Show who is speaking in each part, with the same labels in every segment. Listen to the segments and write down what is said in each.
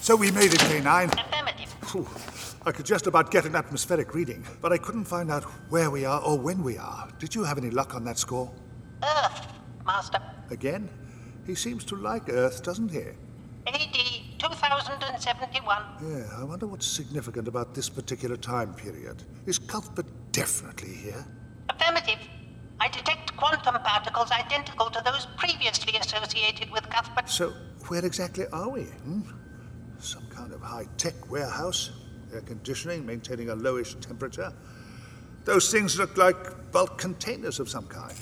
Speaker 1: So we made it, K9.
Speaker 2: Affirmative.
Speaker 1: Phew. I could just about get an atmospheric reading, but I couldn't find out where we are or when we are. Did you have any luck on that score?
Speaker 2: Earth, Master.
Speaker 1: Again? He seems to like Earth, doesn't he?
Speaker 2: AD 2071.
Speaker 1: Yeah, I wonder what's significant about this particular time period. Is Cuthbert definitely here?
Speaker 2: Affirmative. I detect quantum particles identical to those previously associated with Cuthbert.
Speaker 1: So, where exactly are we? Hmm? Some kind of high tech warehouse, air conditioning maintaining a lowish temperature. Those things look like bulk containers of some kind.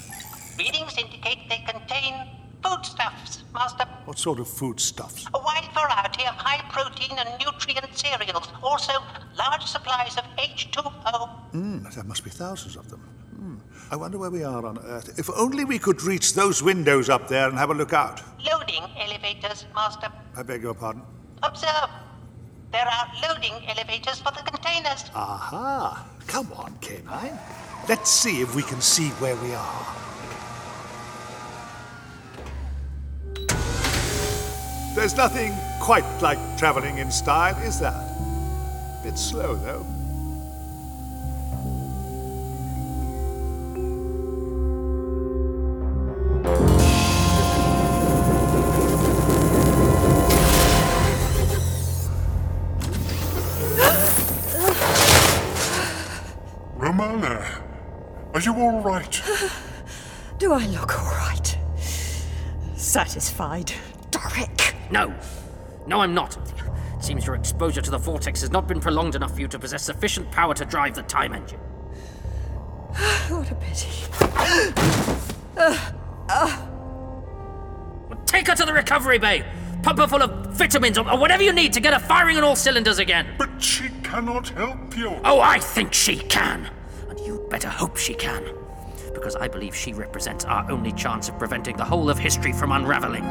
Speaker 2: Readings indicate they contain foodstuffs, Master.
Speaker 1: What sort of foodstuffs?
Speaker 2: A wide variety of high protein and nutrient cereals. Also, large supplies of H2O.
Speaker 1: Mm, there must be thousands of them. Hmm. I wonder where we are on Earth. If only we could reach those windows up there and have a look out.
Speaker 2: Loading elevators, Master.
Speaker 1: I beg your pardon.
Speaker 2: Observe. There are loading elevators for the containers.
Speaker 1: Aha! Come on, Canine. Let's see if we can see where we are. There's nothing quite like traveling in style, is there? Bit slow, though.
Speaker 3: Romana, are you all right?
Speaker 4: Do I look all right? Satisfied? Derek!
Speaker 5: No. No, I'm not. It seems your exposure to the vortex has not been prolonged enough for you to possess sufficient power to drive the time engine.
Speaker 4: What a pity. Uh,
Speaker 5: Well, take her to the recovery bay! Pump her full of vitamins or, or whatever you need to get her firing on all cylinders again!
Speaker 3: But she cannot help you.
Speaker 5: Oh, I think she can! And you'd better hope she can. Because I believe she represents our only chance of preventing the whole of history from unraveling.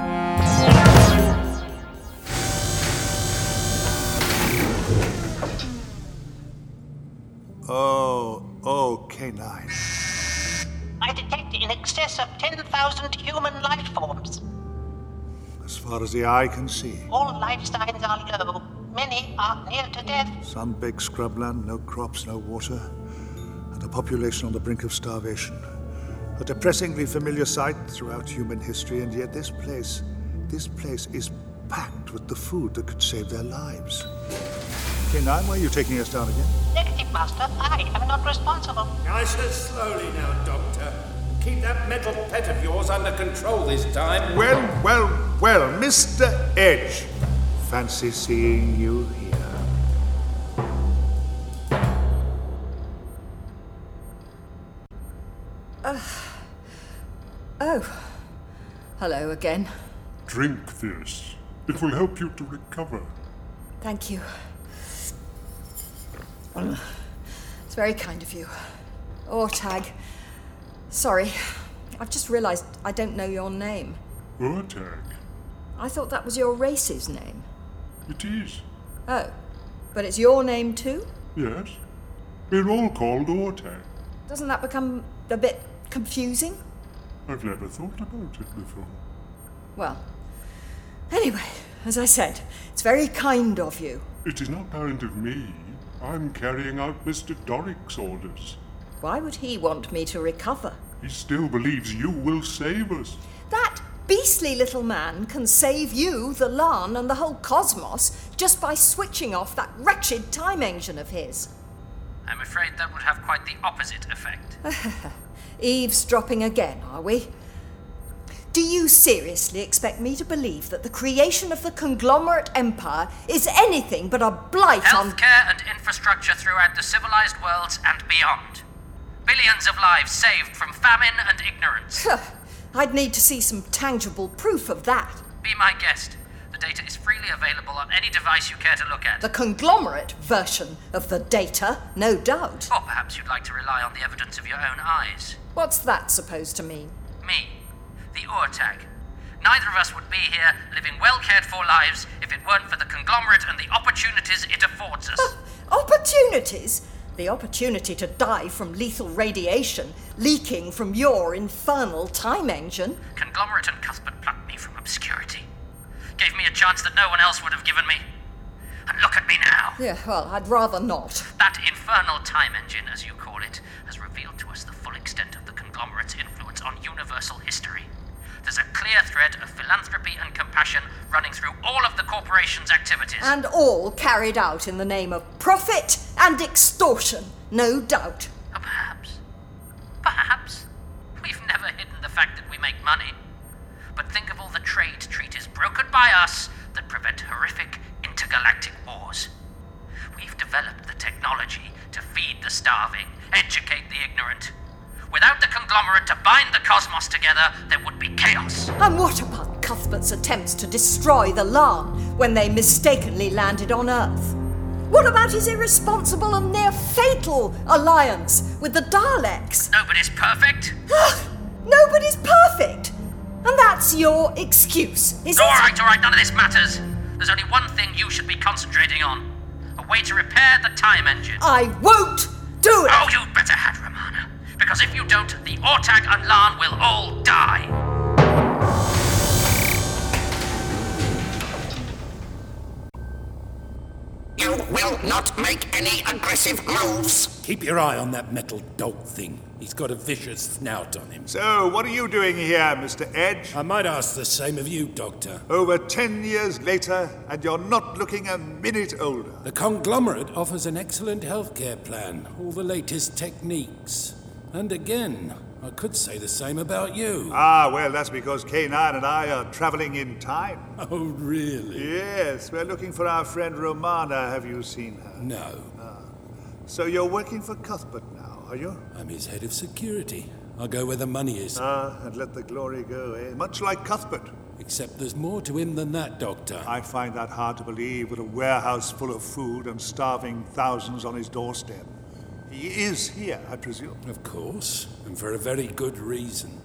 Speaker 1: Oh, oh, K9.
Speaker 2: I detect in excess of 10,000 human life forms.
Speaker 1: As far as the eye can see.
Speaker 2: All life signs are low. Many are near to death.
Speaker 1: Sun-baked scrubland, no crops, no water, and a population on the brink of starvation. A depressingly familiar sight throughout human history, and yet this place, this place is packed with the food that could save their lives. K9, why are you taking us down again?
Speaker 2: Negative, Master. I am not responsible.
Speaker 6: Nice and slowly now, Doctor. Keep that metal pet of yours under control this time.
Speaker 1: Well, well, well, Mr. Edge. Fancy seeing you here.
Speaker 4: Oh. Hello again.
Speaker 3: Drink this. It will help you to recover.
Speaker 4: Thank you. It's very kind of you. Oh, Tag. Sorry. I've just realised I don't know your name.
Speaker 3: Urtag.
Speaker 4: I thought that was your race's name.
Speaker 3: It is.
Speaker 4: Oh. But it's your name too?
Speaker 3: Yes. We're all called Ortag.
Speaker 4: Doesn't that become a bit confusing?
Speaker 3: I've never thought about it before.
Speaker 4: Well, anyway, as I said, it's very kind of you.
Speaker 3: It is not kind of me. I'm carrying out Mr. Doric's orders.
Speaker 4: Why would he want me to recover?
Speaker 3: He still believes you will save us.
Speaker 4: That beastly little man can save you, the Larn, and the whole cosmos just by switching off that wretched time engine of his.
Speaker 5: I'm afraid that would have quite the opposite effect.
Speaker 4: Eavesdropping again, are we? Do you seriously expect me to believe that the creation of the conglomerate empire is anything but a blight on.
Speaker 5: Healthcare and infrastructure throughout the civilized worlds and beyond. Billy millions of lives saved from famine and ignorance.
Speaker 4: I'd need to see some tangible proof of that.
Speaker 5: Be my guest. The data is freely available on any device you care to look at.
Speaker 4: The conglomerate version of the data, no doubt.
Speaker 5: Or perhaps you'd like to rely on the evidence of your own eyes.
Speaker 4: What's that supposed to mean?
Speaker 5: Me, the Urtag. Neither of us would be here, living well cared for lives, if it weren't for the conglomerate and the opportunities it affords us.
Speaker 4: Opportunities? The opportunity to die from lethal radiation leaking from your infernal time engine?
Speaker 5: conglomerate and Cuthbert plucked me from obscurity. Gave me a chance that no one else would have given me. And look at me now!
Speaker 4: Yeah, well, I'd rather not.
Speaker 5: That infernal time engine, as you call it, has revealed to us the full extent of the conglomerate's influence on universal history. There's a clear thread of philanthropy and compassion running through all of the corporation's activities.
Speaker 4: And all carried out in the name of profit and extortion, no doubt.
Speaker 5: Or perhaps, perhaps, we've never hidden the fact that we make money. But think of all the trade treaties brokered by us that prevent horrific intergalactic wars. We've developed the technology to feed the starving, educate the ignorant. Without the conglomerate to bind the cosmos together, there would be chaos.
Speaker 4: And what about Cuthbert's attempts to destroy the Larn when they mistakenly landed on Earth? What about his irresponsible and near fatal alliance with the Daleks?
Speaker 5: Nobody's perfect.
Speaker 4: Ugh, nobody's perfect! And that's your excuse, is it?
Speaker 5: All right, all right, none of this matters. There's only one thing you should be concentrating on a way to repair the time engine.
Speaker 4: I won't do it!
Speaker 5: Oh, you'd better had Romana, because if you don't, the Ortag and Larn will all die.
Speaker 7: You will not make any aggressive moves.
Speaker 6: Keep your eye on that metal dog thing. He's got a vicious snout on him.
Speaker 1: So, what are you doing here, Mr. Edge?
Speaker 6: I might ask the same of you, Doctor.
Speaker 1: Over ten years later, and you're not looking a minute older.
Speaker 6: The conglomerate offers an excellent healthcare plan, all the latest techniques. And again, I could say the same about you.
Speaker 1: Ah, well, that's because K9 and I are traveling in time.
Speaker 6: Oh, really?
Speaker 1: Yes, we're looking for our friend Romana. Have you seen her? Ah.
Speaker 6: No,
Speaker 1: So, you're working for Cuthbert now, are you?
Speaker 6: I'm his head of security. I go where the money is.
Speaker 1: Ah, and let the glory go, eh? Much like Cuthbert.
Speaker 6: Except there's more to him than that, Doctor.
Speaker 1: I find that hard to believe with a warehouse full of food and starving thousands on his doorstep. He is here, I presume.
Speaker 6: Of course, and for a very good reason.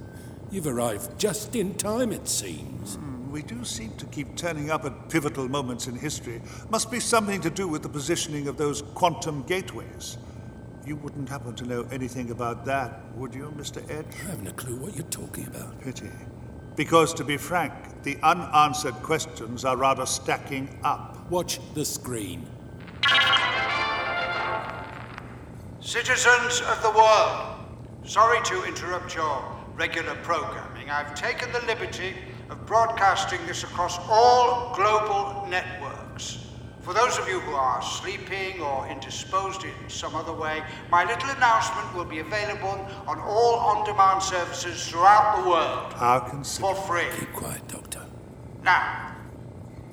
Speaker 6: You've arrived just in time, it seems.
Speaker 1: Hmm, We do seem to keep turning up at pivotal moments in history. Must be something to do with the positioning of those quantum gateways. You wouldn't happen to know anything about that, would you, Mr. Edge?
Speaker 6: I haven't a clue what you're talking about.
Speaker 1: Pity. Because, to be frank, the unanswered questions are rather stacking up.
Speaker 6: Watch the screen.
Speaker 8: Citizens of the world, sorry to interrupt your regular programming. I've taken the liberty of broadcasting this across all global networks. For those of you who are sleeping or indisposed in some other way, my little announcement will be available on all on demand services throughout the world
Speaker 1: How considerate.
Speaker 8: for free.
Speaker 6: Keep quiet, Doctor.
Speaker 8: Now,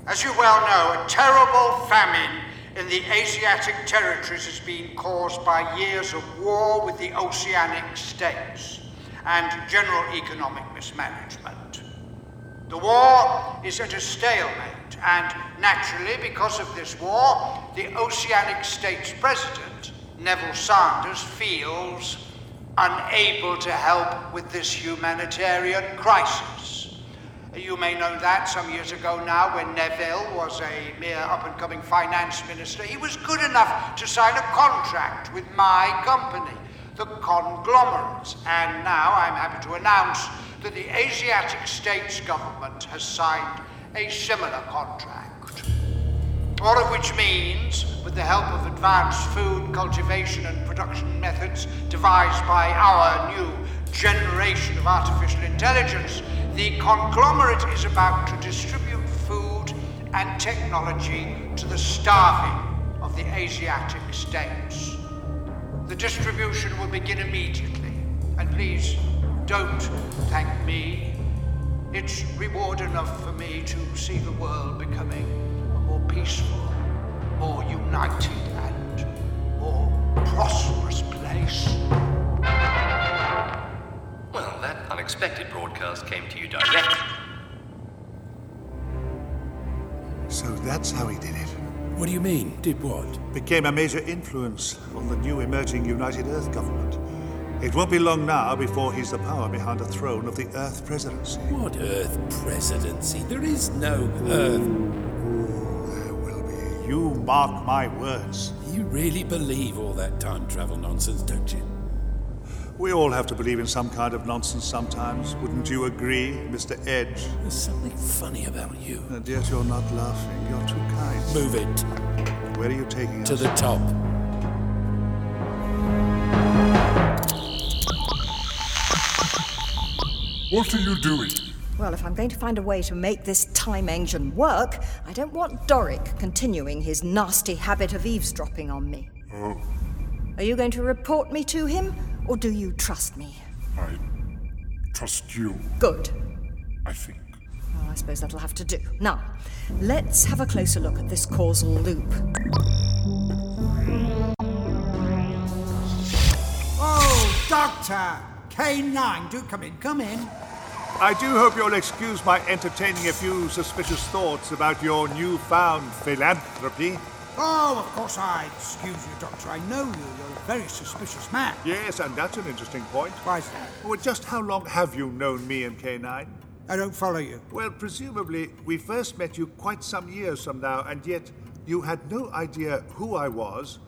Speaker 8: as you well know, a terrible famine in the Asiatic territories has been caused by years of war with the oceanic states and general economic mismanagement. The war is at a stalemate, and naturally, because of this war, the Oceanic States President, Neville Sanders, feels unable to help with this humanitarian crisis. You may know that some years ago now, when Neville was a mere up and coming finance minister, he was good enough to sign a contract with my company, the conglomerate. And now I'm happy to announce that the Asiatic States government has signed a similar contract. All of which means, with the help of advanced food cultivation and production methods devised by our new generation of artificial intelligence, the conglomerate is about to distribute food and technology to the starving of the Asiatic states. The distribution will begin immediately. And please don't thank me. It's reward enough for me to see the world becoming a more peaceful, more united, and more prosperous place.
Speaker 9: broadcast came to you direct.
Speaker 1: So that's how he did it.
Speaker 6: What do you mean? Did what?
Speaker 1: Became a major influence on the new emerging United Earth government. It won't be long now before he's the power behind the throne of the Earth presidency.
Speaker 6: What Earth presidency? There is no Earth.
Speaker 1: You mark my words.
Speaker 6: You really believe all that time travel nonsense, don't you?
Speaker 1: We all have to believe in some kind of nonsense sometimes, wouldn't you agree, Mr. Edge?
Speaker 6: There's something funny about you.
Speaker 1: And yet you're not laughing, you're too kind.
Speaker 6: Move it
Speaker 1: Where are you taking us?
Speaker 6: to the top.
Speaker 10: What are you doing?
Speaker 4: Well, if I'm going to find a way to make this time engine work, I don't want Doric continuing his nasty habit of eavesdropping on me.
Speaker 10: Oh,
Speaker 4: Are you going to report me to him, or do you trust me?
Speaker 10: I trust you,
Speaker 4: Good.
Speaker 10: I think.
Speaker 4: Well, I suppose that'll have to do. Now, let's have a closer look at this causal loop.
Speaker 8: Oh, Doctor! K9, do come in, come in.
Speaker 1: I do hope you'll excuse my entertaining a few suspicious thoughts about your newfound philanthropy.
Speaker 8: Oh, of course I excuse you, Doctor. I know you. You're a very suspicious man.
Speaker 1: Yes, and that's an interesting point.
Speaker 8: Why is that?
Speaker 1: Well, just how long have you known me and K9?
Speaker 8: I don't follow you.
Speaker 1: Well, presumably, we first met you quite some years from now, and yet you had no idea who I was,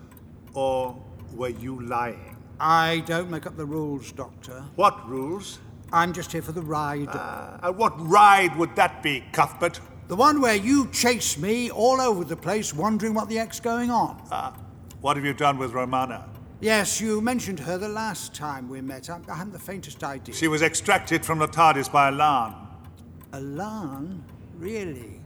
Speaker 1: or were you lying?
Speaker 8: I don't make up the rules, Doctor.
Speaker 1: What rules?
Speaker 8: I'm just here for the ride.
Speaker 1: Uh, and what ride would that be, Cuthbert?
Speaker 8: the one where you chase me all over the place, wondering what the heck's going on.
Speaker 1: Uh, What have you done with Romana?
Speaker 8: yes, you mentioned her the last time we met. I, I haven't the faintest idea.
Speaker 1: She was extracted from the TARDIS by Alarm.
Speaker 8: Alan? Really?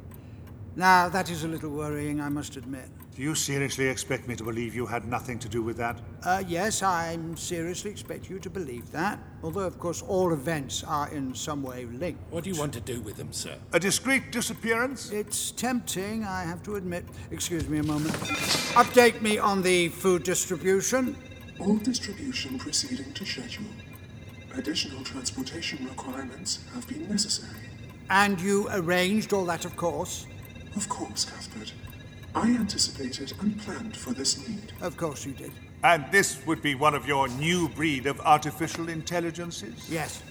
Speaker 8: Now, that is a little worrying, I must admit.
Speaker 1: Do you seriously expect me to believe you had nothing to do with that?
Speaker 8: Uh, yes, I am seriously expect you to believe that. Although, of course, all events are in some way linked.
Speaker 6: What do you want to do with them, sir?
Speaker 1: A discreet disappearance?
Speaker 8: It's tempting, I have to admit. Excuse me a moment. Update me on the food distribution.
Speaker 11: All distribution proceeding to schedule. Additional transportation requirements have been necessary.
Speaker 8: And you arranged all that, of course.
Speaker 11: Of course, Cuthbert. I anticipated and planned for this need.
Speaker 8: Of course Oh, you did.
Speaker 1: And this would be one of your new breed of artificial intelligences?
Speaker 8: Yes.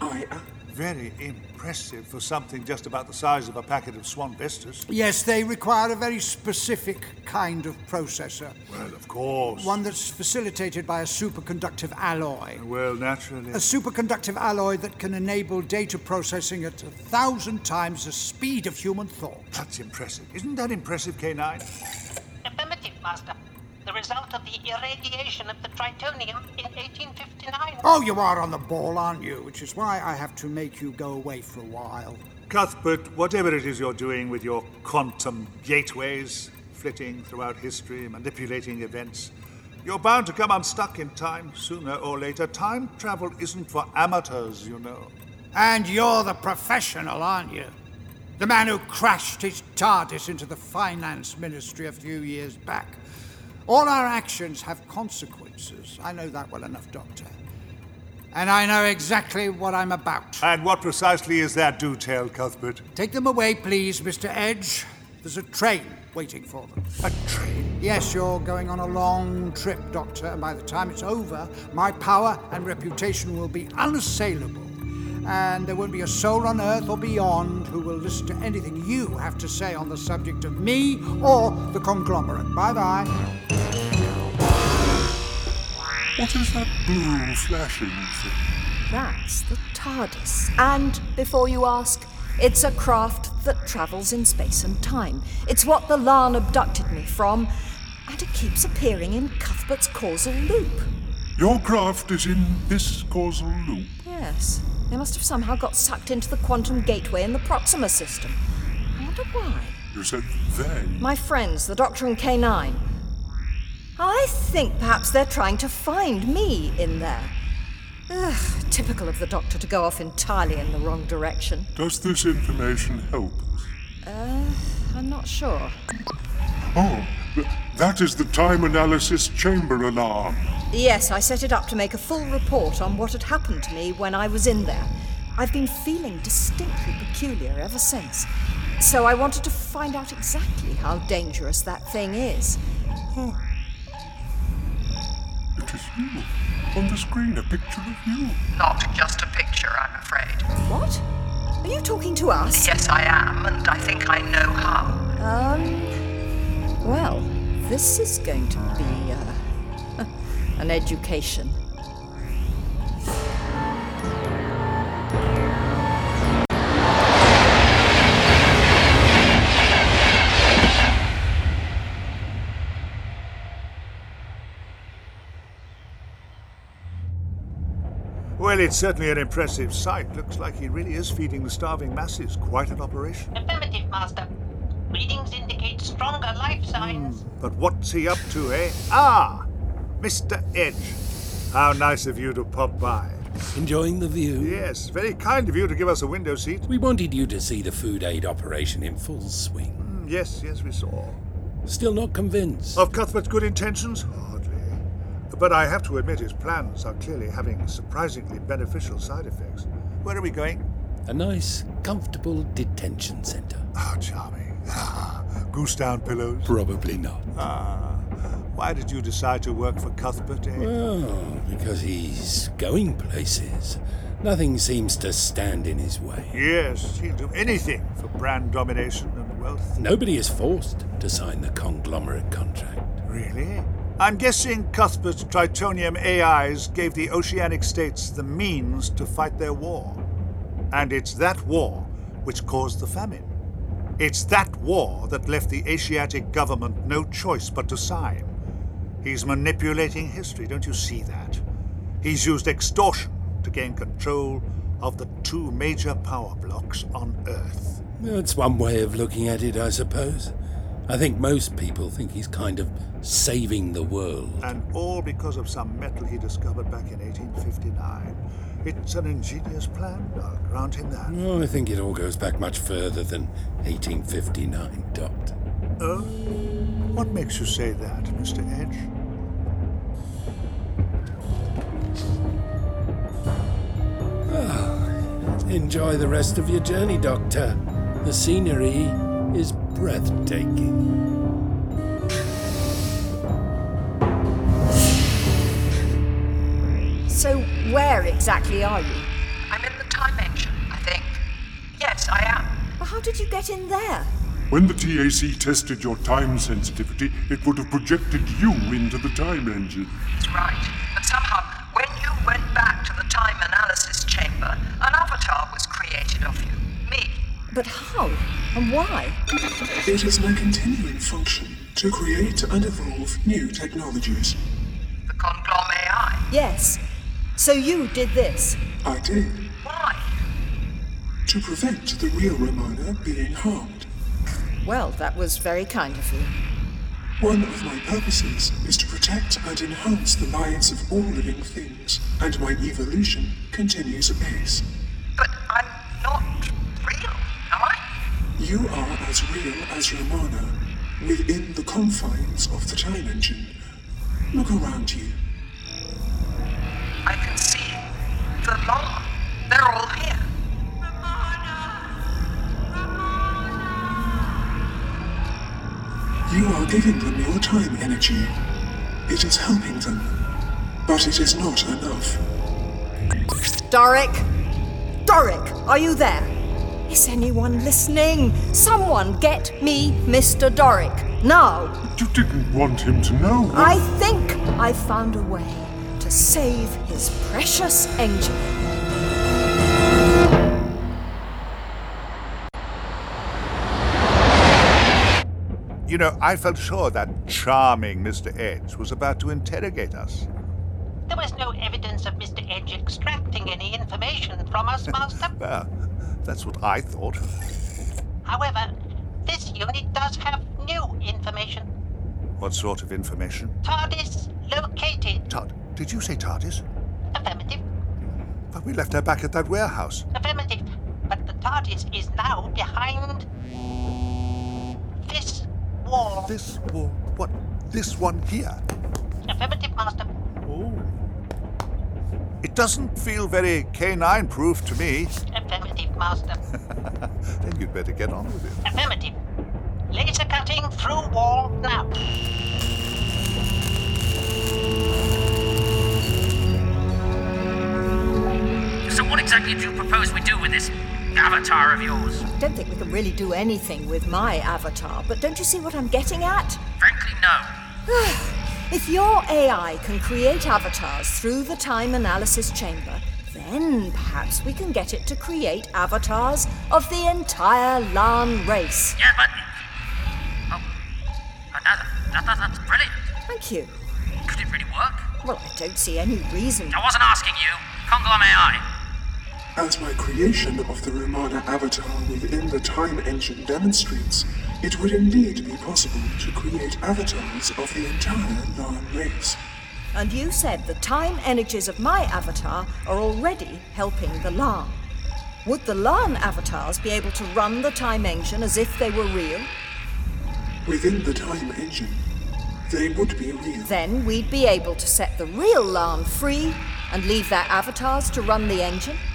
Speaker 11: I am.
Speaker 1: Very impressive for something just about the size of a packet of Swan Vestas.
Speaker 8: Yes, they require a very specific kind of processor.
Speaker 1: Well, of course.
Speaker 8: One that's facilitated by a superconductive alloy.
Speaker 1: Well, naturally.
Speaker 8: A superconductive alloy that can enable data processing at a thousand times the speed of human thought.
Speaker 1: That's impressive. Isn't that impressive, K9?
Speaker 2: Affirmative, Master. The result of the irradiation of the Tritonium in 1859.
Speaker 8: Oh, you are on the ball, aren't you? Which is why I have to make you go away for a while.
Speaker 1: Cuthbert, whatever it is you're doing with your quantum gateways, flitting throughout history, manipulating events, you're bound to come unstuck in time, sooner or later. Time travel isn't for amateurs, you know.
Speaker 8: And you're the professional, aren't you? The man who crashed his TARDIS into the finance ministry a few years back. All our actions have consequences. I know that well enough, Doctor. And I know exactly what I'm about.
Speaker 1: And what precisely is that, do tell, Cuthbert?
Speaker 8: Take them away, please, Mr. Edge. There's a train waiting for them.
Speaker 1: A train?
Speaker 8: Yes, you're going on a long trip, Doctor, and by the time it's over, my power and reputation will be unassailable. And there won't be a soul on earth or beyond who will listen to anything you have to say on the subject of me or the conglomerate. Bye bye.
Speaker 10: What is that blue flashing thing?
Speaker 4: That's the TARDIS. And before you ask, it's a craft that travels in space and time. It's what the Larn abducted me from, and it keeps appearing in Cuthbert's causal loop.
Speaker 10: Your craft is in this causal loop.
Speaker 4: Yes, they must have somehow got sucked into the quantum gateway in the Proxima system. I wonder why.
Speaker 10: You said they.
Speaker 4: My friends, the Doctor and K9. I think perhaps they're trying to find me in there. Ugh, typical of the Doctor to go off entirely in the wrong direction. Uh,
Speaker 10: Does this information help us?
Speaker 4: I'm not sure.
Speaker 10: Oh, th- that is the time analysis chamber alarm.
Speaker 4: Yes, I set it up to make a full report on what had happened to me when I was in there. I've been feeling distinctly peculiar ever since. So I wanted to find out exactly how dangerous that thing is. Hmm.
Speaker 10: It is you. On the screen, a picture of you.
Speaker 9: Not just a picture, I'm afraid.
Speaker 4: What? Are you talking to us?
Speaker 9: Yes, I am, and I think I know how.
Speaker 4: Um, well, this is going to be uh, an education.
Speaker 1: Well, it's certainly an impressive sight. Looks like he really is feeding the starving masses. Quite an operation.
Speaker 2: Affirmative, Master. Readings indicate stronger life signs.
Speaker 1: But what's he up to, eh? Ah! Mr. Edge. How nice of you to pop by.
Speaker 6: Enjoying the view?
Speaker 1: Yes, very kind of you to give us a window seat.
Speaker 6: We wanted you to see the food aid operation in full swing.
Speaker 1: Mm, yes, yes, we saw.
Speaker 6: Still not convinced.
Speaker 1: Of Cuthbert's good intentions? Hardly. But I have to admit his plans are clearly having surprisingly beneficial side effects. Where are we going?
Speaker 6: A nice, comfortable detention centre.
Speaker 1: How Ah, charming. Goose down pillows?
Speaker 6: Probably not.
Speaker 1: Ah. Why did you decide to work for Cuthbert, eh?
Speaker 6: Well, because he's going places. Nothing seems to stand in his way.
Speaker 1: Yes, he'll do anything for brand domination and wealth.
Speaker 6: Nobody is forced to sign the conglomerate contract.
Speaker 1: Really? I'm guessing Cuthbert's Tritonium AIs gave the Oceanic States the means to fight their war. And it's that war which caused the famine. It's that war that left the Asiatic government no choice but to sign. He's manipulating history, don't you see that? He's used extortion to gain control of the two major power blocks on Earth.
Speaker 6: That's one way of looking at it, I suppose. I think most people think he's kind of saving the world.
Speaker 1: And all because of some metal he discovered back in 1859. It's an ingenious plan, I'll grant him that.
Speaker 6: No, I think it all goes back much further than 1859, Doctor.
Speaker 1: Oh? What makes you say that, Mr. Edge?
Speaker 6: Ah, Enjoy the rest of your journey, Doctor. The scenery is breathtaking.
Speaker 4: So, where exactly are you?
Speaker 9: I'm in the time engine, I think. Yes, I am.
Speaker 4: Well, how did you get in there?
Speaker 10: When the TAC tested your time sensitivity, it would have projected you into the time engine.
Speaker 9: He's right. But somehow, when you went back to the time analysis chamber, an avatar was created of you. Me.
Speaker 4: But how? And why?
Speaker 11: It is my continuing function to create and evolve new technologies.
Speaker 9: The Conglom AI.
Speaker 4: Yes. So you did this.
Speaker 11: I did.
Speaker 9: Why?
Speaker 11: To prevent the real Romana being harmed.
Speaker 4: Well, that was very kind of you.
Speaker 11: One of my purposes is to protect and enhance the lives of all living things, and my evolution continues apace.
Speaker 9: But I'm not real, am I?
Speaker 11: You are as real as Romana, within the confines of the time engine. Look around you.
Speaker 9: I can see the law. They're all here.
Speaker 11: You are giving them your time energy. It is helping them, but it is not enough.
Speaker 4: Doric? Doric, are you there? Is anyone listening? Someone get me Mr. Doric. Now!
Speaker 10: You didn't want him to know.
Speaker 4: I think I found a way to save his precious engine.
Speaker 1: You know, I felt sure that charming Mr. Edge was about to interrogate us.
Speaker 8: Hmm.
Speaker 2: There was no evidence of Mr. Edge extracting any information from us, Master.
Speaker 1: Well, that's what I thought.
Speaker 2: However, this unit does have new information.
Speaker 1: What sort of information?
Speaker 2: TARDIS located.
Speaker 1: Tard. Did you say TARDIS?
Speaker 2: Affirmative.
Speaker 1: But we left her back at that warehouse.
Speaker 2: Affirmative. But the TARDIS is now behind this wall.
Speaker 1: This oh, wall. What? This one here?
Speaker 2: Affirmative, Master.
Speaker 1: Oh. It doesn't feel very canine proof to me.
Speaker 2: Affirmative, Master.
Speaker 1: then you'd better get on with it.
Speaker 2: Affirmative. Laser cutting through wall now.
Speaker 12: So, what exactly do you propose we do with this avatar of yours? Uh,
Speaker 4: I don't think we can really do anything with my avatar, but don't you see what I'm getting at?
Speaker 12: Frankly, no.
Speaker 4: If your AI can create avatars through the time analysis chamber, then perhaps we can get it to create avatars of the entire Lan race.
Speaker 12: Yeah, but. Oh, that, that, that, that's brilliant.
Speaker 4: Thank you.
Speaker 12: Could it really work?
Speaker 4: Well, I don't see any reason.
Speaker 12: I wasn't asking you. Conglom AI.
Speaker 11: As my creation of the Romana avatar within the time engine demonstrates, it would indeed be possible to create avatars of the entire Lan race.
Speaker 4: And you said the time energies of my avatar are already helping the Lan. Would the Lan avatars be able to run the time engine as if they were real?
Speaker 11: Within the time engine, they would be real.
Speaker 4: Then we'd be able to set the real Lan free and leave their avatars to run the engine?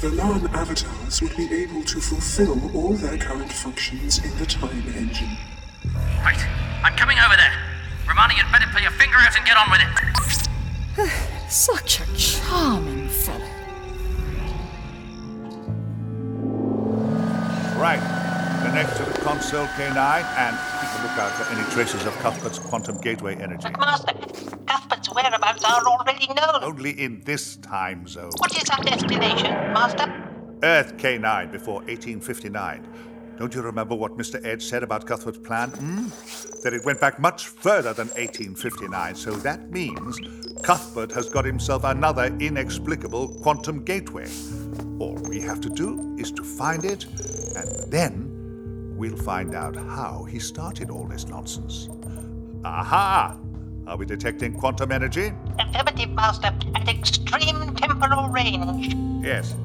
Speaker 11: The Lan avatars would be able to fulfill all their current functions in the time engine.
Speaker 12: Right, I'm coming over there. Romani, you'd better put your finger out and get on with it.
Speaker 4: Such a charming fellow.
Speaker 1: Right. Connect to the console K9 and keep a lookout for any traces of Cuthbert's quantum gateway energy.
Speaker 2: Master, Cuthbert's whereabouts are already known.
Speaker 1: Only in this time zone.
Speaker 2: What is our destination, Master?
Speaker 1: Earth K9 before 1859. Don't you remember what Mr. Edge said about Cuthbert's plan? Hmm? That it went back much further than 1859, so that means Cuthbert has got himself another inexplicable quantum gateway. All we have to do is to find it, and then we'll find out how he started all this nonsense. Aha! Are we detecting quantum energy?
Speaker 2: Affirmative, Master, at extreme temporal range.
Speaker 1: Yes,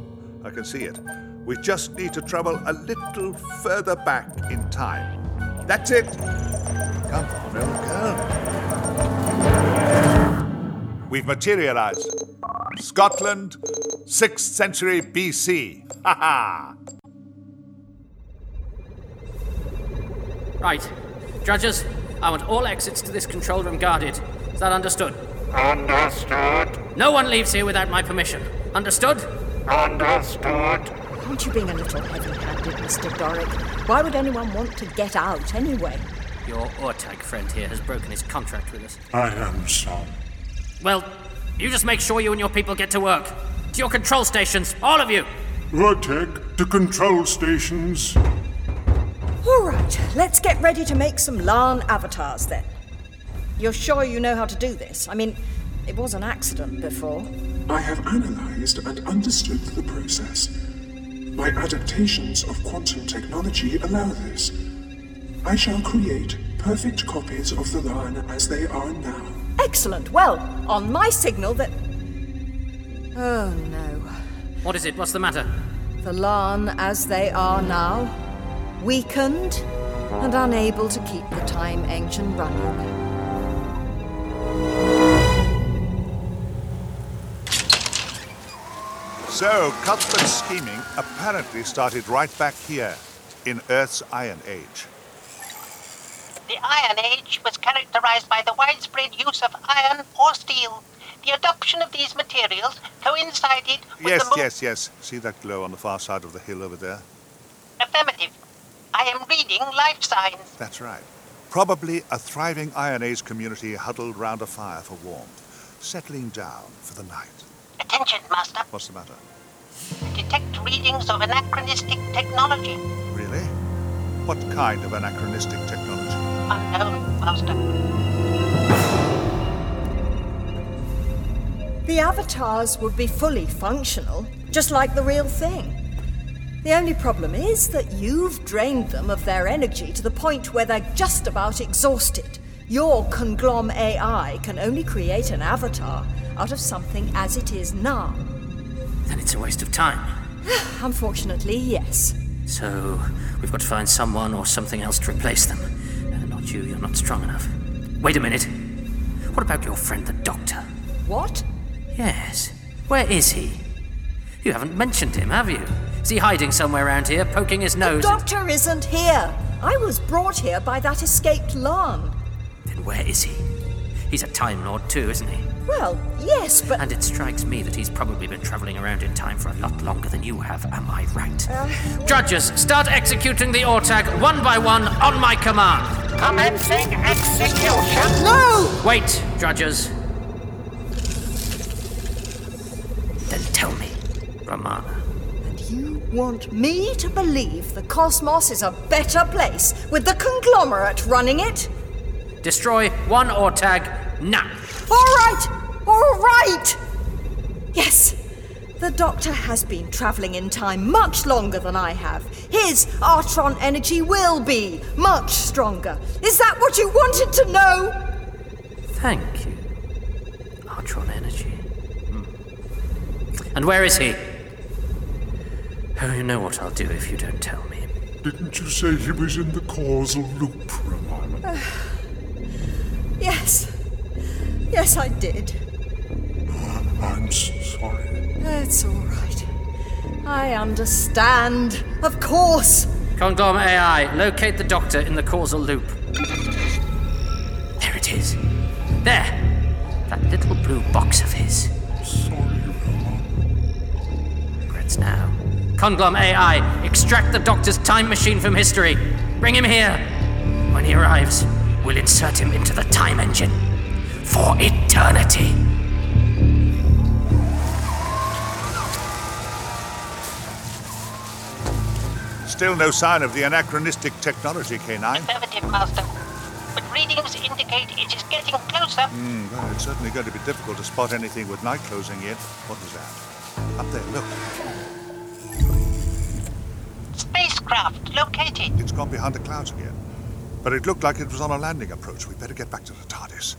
Speaker 1: I can see it. We just need to travel a little further back in time. That's it. Come on, old girl. We've materialized. Scotland, 6th century BC. Ha ha!
Speaker 5: Right. Judges, I want all exits to this control room guarded. Is that understood?
Speaker 13: Understood.
Speaker 5: No one leaves here without my permission. Understood?
Speaker 13: Understood.
Speaker 4: Aren't you being a little heavy handed, Mr. Doric? Why would anyone want to get out anyway?
Speaker 5: Your Ortag friend here has broken his contract with us.
Speaker 13: Uh.
Speaker 10: I am sorry.
Speaker 5: Well, you just make sure you and your people get to work. To your control stations, all of you!
Speaker 10: Urteg, to control stations.
Speaker 4: All right, let's get ready to make some Lan avatars then. You're sure you know how to do this? I mean, it was an accident before.
Speaker 11: I have analyzed and understood the process. My adaptations of quantum technology allow this. I shall create perfect copies of the line as they are now.
Speaker 4: Excellent. Well, on my signal that. Oh no.
Speaker 5: What is it? What's the matter?
Speaker 4: The Lan, as they are now, weakened and unable to keep the time engine running.
Speaker 1: So, Cuthbert's scheming apparently started right back here, in Earth's Iron Age.
Speaker 2: The Iron Age was characterized by the widespread use of iron or steel. The adoption of these materials coincided with
Speaker 1: Yes,
Speaker 2: the move
Speaker 1: yes, yes. See that glow on the far side of the hill over there?
Speaker 2: affirmative. I am reading life signs.
Speaker 1: That's right. Probably a thriving Iron Age community huddled round a fire for warmth, settling down for the night.
Speaker 2: Attention, Master.
Speaker 1: What's the matter?
Speaker 2: Detect readings of anachronistic technology.
Speaker 1: Really? What kind of anachronistic technology?
Speaker 2: Unknown, Master.
Speaker 4: The avatars would be fully functional, just like the real thing. The only problem is that you've drained them of their energy to the point where they're just about exhausted. Your conglom AI can only create an avatar out of something as it is now.
Speaker 5: Then it's a waste of time.
Speaker 4: Unfortunately, yes.
Speaker 5: So, we've got to find someone or something else to replace them. Uh, not you, you're not strong enough. Wait a minute. What about your friend the doctor?
Speaker 4: What?
Speaker 5: Yes. Where is he? You haven't mentioned him, have you? Is he hiding somewhere around here, poking his nose?
Speaker 4: The doctor isn't here. I was brought here by that escaped Larn.
Speaker 5: Then where is he? He's a Time Lord too, isn't he?
Speaker 4: Well, yes, but.
Speaker 5: And it strikes me that he's probably been travelling around in time for a lot longer than you have, am I right?
Speaker 4: Uh,
Speaker 5: Judges, start executing the Ortag one by one on my command.
Speaker 13: Commencing execution.
Speaker 4: No!
Speaker 5: Wait, judges. Then tell me, Romana.
Speaker 4: You want me to believe the cosmos is a better place with the conglomerate running it?
Speaker 5: Destroy one Ortag now.
Speaker 4: All right! All right! Yes, the Doctor has been travelling in time much longer than I have. His Artron energy will be much stronger. Is that what you wanted to know?
Speaker 5: Thank you. Artron energy. Hmm. And where is he? Oh, you know what I'll do if you don't tell me.
Speaker 10: Didn't you say he was in the causal loop, Romana?
Speaker 4: Yes. Yes, I did.
Speaker 10: I'm s- sorry.
Speaker 4: It's all right. I understand. Of course.
Speaker 5: Conglom AI, locate the doctor in the causal loop. There it is. There! That little blue box of his. Regrets now. Conglom AI, extract the doctor's time machine from history. Bring him here. When he arrives, we'll insert him into the time engine. For eternity.
Speaker 1: Still no sign of the anachronistic technology, K9.
Speaker 2: Affirmative, Master. But readings indicate it is getting closer.
Speaker 1: Hmm, well, it's certainly going to be difficult to spot anything with night closing in. What was that? Up there, look.
Speaker 2: Spacecraft located.
Speaker 1: It's gone behind the clouds again. But it looked like it was on a landing approach. We'd better get back to the TARDIS.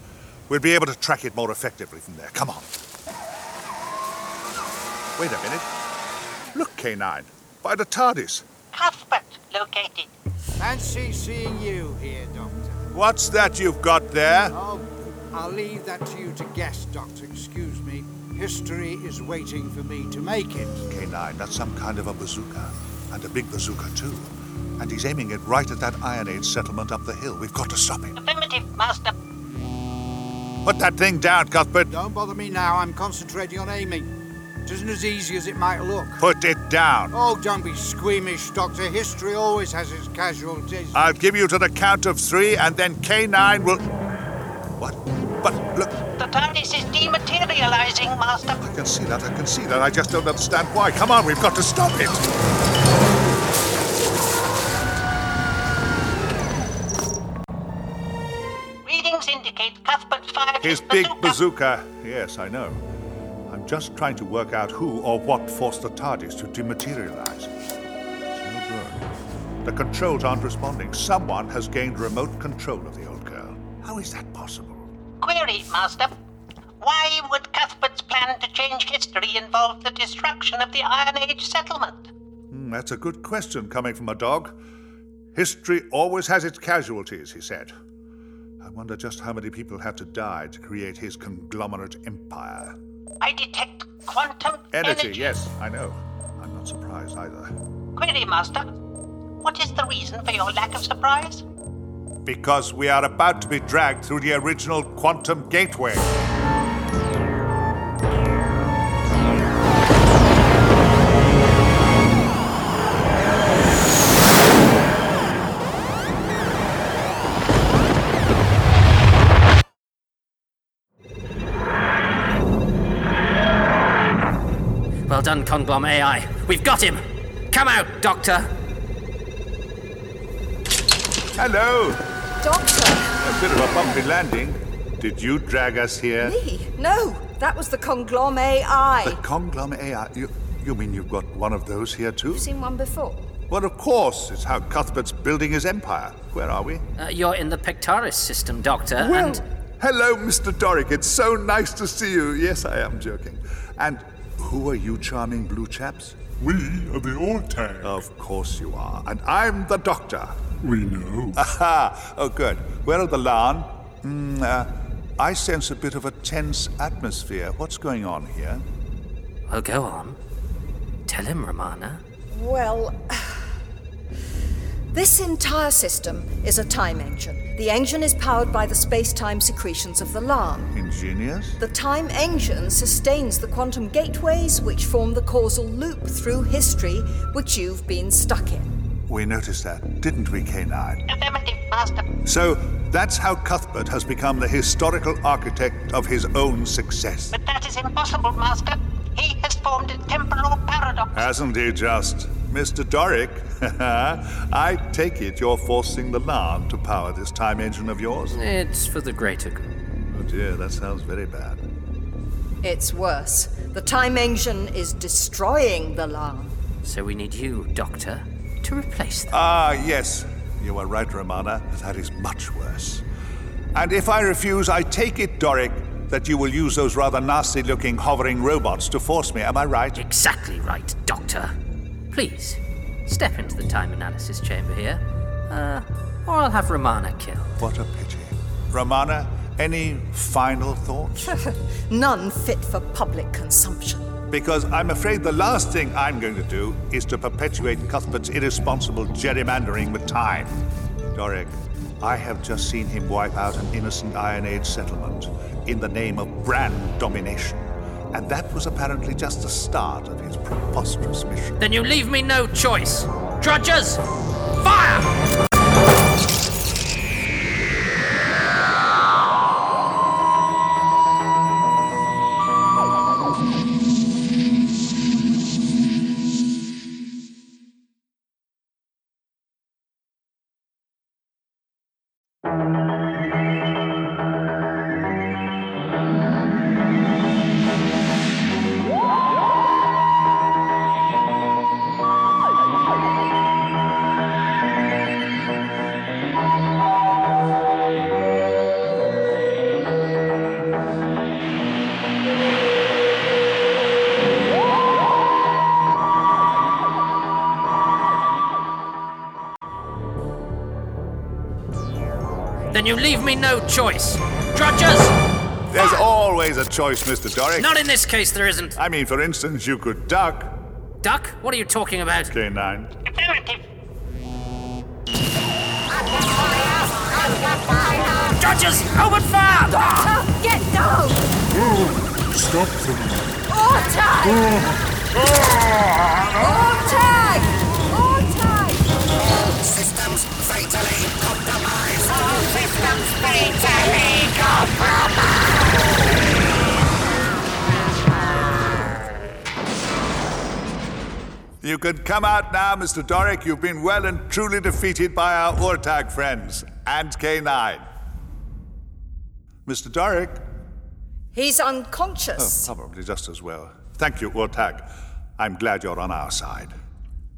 Speaker 1: We'll be able to track it more effectively from there. Come on. Wait a minute. Look, K9. By the TARDIS.
Speaker 2: Cuthbert located.
Speaker 8: Fancy seeing you here, Doctor.
Speaker 1: What's that you've got there?
Speaker 8: Oh, I'll leave that to you to guess, Doctor. Excuse me. History is waiting for me to make it.
Speaker 1: K9, that's some kind of a bazooka. And a big bazooka, too. And he's aiming it right at that Iron Age settlement up the hill. We've got to stop it.
Speaker 2: Affirmative, Master.
Speaker 1: Put that thing down, Cuthbert.
Speaker 8: Don't bother me now. I'm concentrating on aiming. It isn't as easy as it might look.
Speaker 1: Put it down.
Speaker 8: Oh, don't be squeamish, Doctor. History always has its casualties.
Speaker 1: I'll give you to the count of three, and then K9 will. What? But look,
Speaker 2: The TARDIS is dematerializing, Master.
Speaker 1: I can see that, I can see that. I just don't understand why. Come on, we've got to stop it.
Speaker 2: Readings indicate Cuthbert fired
Speaker 1: His big bazooka. Yes, I know. I'm just trying to work out who or what forced the TARDIS to dematerialize. It's no good. The controls aren't responding. Someone has gained remote control of the old girl. How is that possible?
Speaker 2: Query, Master. Why would Cuthbert's plan to change history involve the destruction of the Iron Age settlement?
Speaker 1: Hmm, that's a good question coming from a dog. History always has its casualties, he said. I wonder just how many people had to die to create his conglomerate empire.
Speaker 2: I detect quantum
Speaker 1: Energy,
Speaker 2: energy.
Speaker 1: yes, I know. I'm not surprised either.
Speaker 2: Query, Master. What is the reason for your lack of surprise?
Speaker 1: Because we are about to be dragged through the original quantum gateway.
Speaker 5: Well done, Conglom AI. We've got him! Come out, Doctor!
Speaker 1: Hello!
Speaker 4: Doctor,
Speaker 1: A bit of a bumpy landing. Did you drag us here?
Speaker 4: me? No, that was the Conglom AI.
Speaker 1: The Conglom AI. You, you mean you've got one of those here too?
Speaker 4: You've seen one before.
Speaker 1: Well, of course. It's how Cuthbert's building his empire. Where are we?
Speaker 5: Uh, you're in the Pectoris system, Doctor,
Speaker 1: Well,
Speaker 5: and.
Speaker 1: hello, Mr. Doric. It's so nice to see you. Yes, I am joking. And who are you, charming blue chaps?
Speaker 10: We are the Ortag.
Speaker 1: Of course you are. And I'm the doctor.
Speaker 10: We know.
Speaker 1: Aha! Oh, good. Where are the Larn? Mm, uh, I sense a bit of a tense atmosphere. What's going on here?
Speaker 5: Well, go on. Tell him, Romana.
Speaker 4: Well, this entire system is a time engine. The engine is powered by the space time secretions of the Larn.
Speaker 1: Ingenious?
Speaker 4: The time engine sustains the quantum gateways which form the causal loop through history which you've been stuck in.
Speaker 1: We noticed that, didn't we, K9?
Speaker 2: Affirmative, Master.
Speaker 1: So that's how Cuthbert has become the historical architect of his own success.
Speaker 2: But that is impossible, Master. He has formed a temporal paradox.
Speaker 1: Hasn't he just? Mr. Doric, I take it you're forcing the Larn to power this time engine of yours?
Speaker 5: It's for the greater good.
Speaker 1: Oh dear, that sounds very bad.
Speaker 4: It's worse. The time engine is destroying the Larn.
Speaker 5: So we need you, Doctor, to replace them.
Speaker 1: Ah, yes. You are right, Romana. That is much worse. And if I refuse, I take it, Doric, that you will use those rather nasty looking hovering robots to force me. Am I right?
Speaker 5: Exactly right, Doctor. Please, step into the time analysis chamber here, uh, or I'll have Romana killed.
Speaker 1: What a pity. Romana, any final thoughts?
Speaker 4: None fit for public consumption.
Speaker 1: Because I'm afraid the last thing I'm going to do is to perpetuate Cuthbert's irresponsible gerrymandering with time. Doric, I have just seen him wipe out an innocent Iron Age settlement in the name of brand domination. And that was apparently just the start of his preposterous mission.
Speaker 5: Then you leave me no choice. Drudgers, fire! Then you leave me no choice. Drudgers,
Speaker 1: There's always a choice, Mr. Doric.
Speaker 5: Ah! not in this case there isn't.
Speaker 1: I mean, for instance, you could duck.
Speaker 5: Duck? What are you talking about?
Speaker 1: K9.
Speaker 5: Drudgers, open fire!
Speaker 4: Doctor, get down!
Speaker 10: Stop them.
Speaker 4: Ortag! Ortag! Ortag!
Speaker 13: Systems fatally compromised.
Speaker 2: systems fatally compromised.
Speaker 1: You can come out now, Mr. Doric. You've been well and truly defeated by our Ortag friends and K9. Mr. Doric?
Speaker 4: He's
Speaker 1: Oh,
Speaker 4: unconscious.
Speaker 1: probably just as well. Thank you, Ortag. I'm glad you're on our side.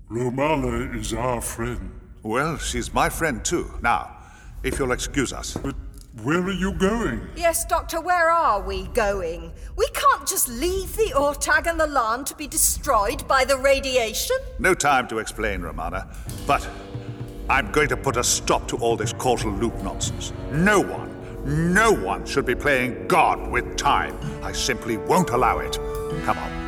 Speaker 10: Romana is our friend.
Speaker 1: Well, she's my friend too. Now, if you'll excuse us. But
Speaker 10: where are you going?
Speaker 1: Oh.
Speaker 4: Yes, Doctor, where are we going? We can't just leave the Ortag and the Larn to be destroyed by the radiation.
Speaker 1: No time to explain, Romana. But I'm going to put a stop to all this causal loop nonsense. No one, no one should be playing God with time. I simply won't allow it. Come on.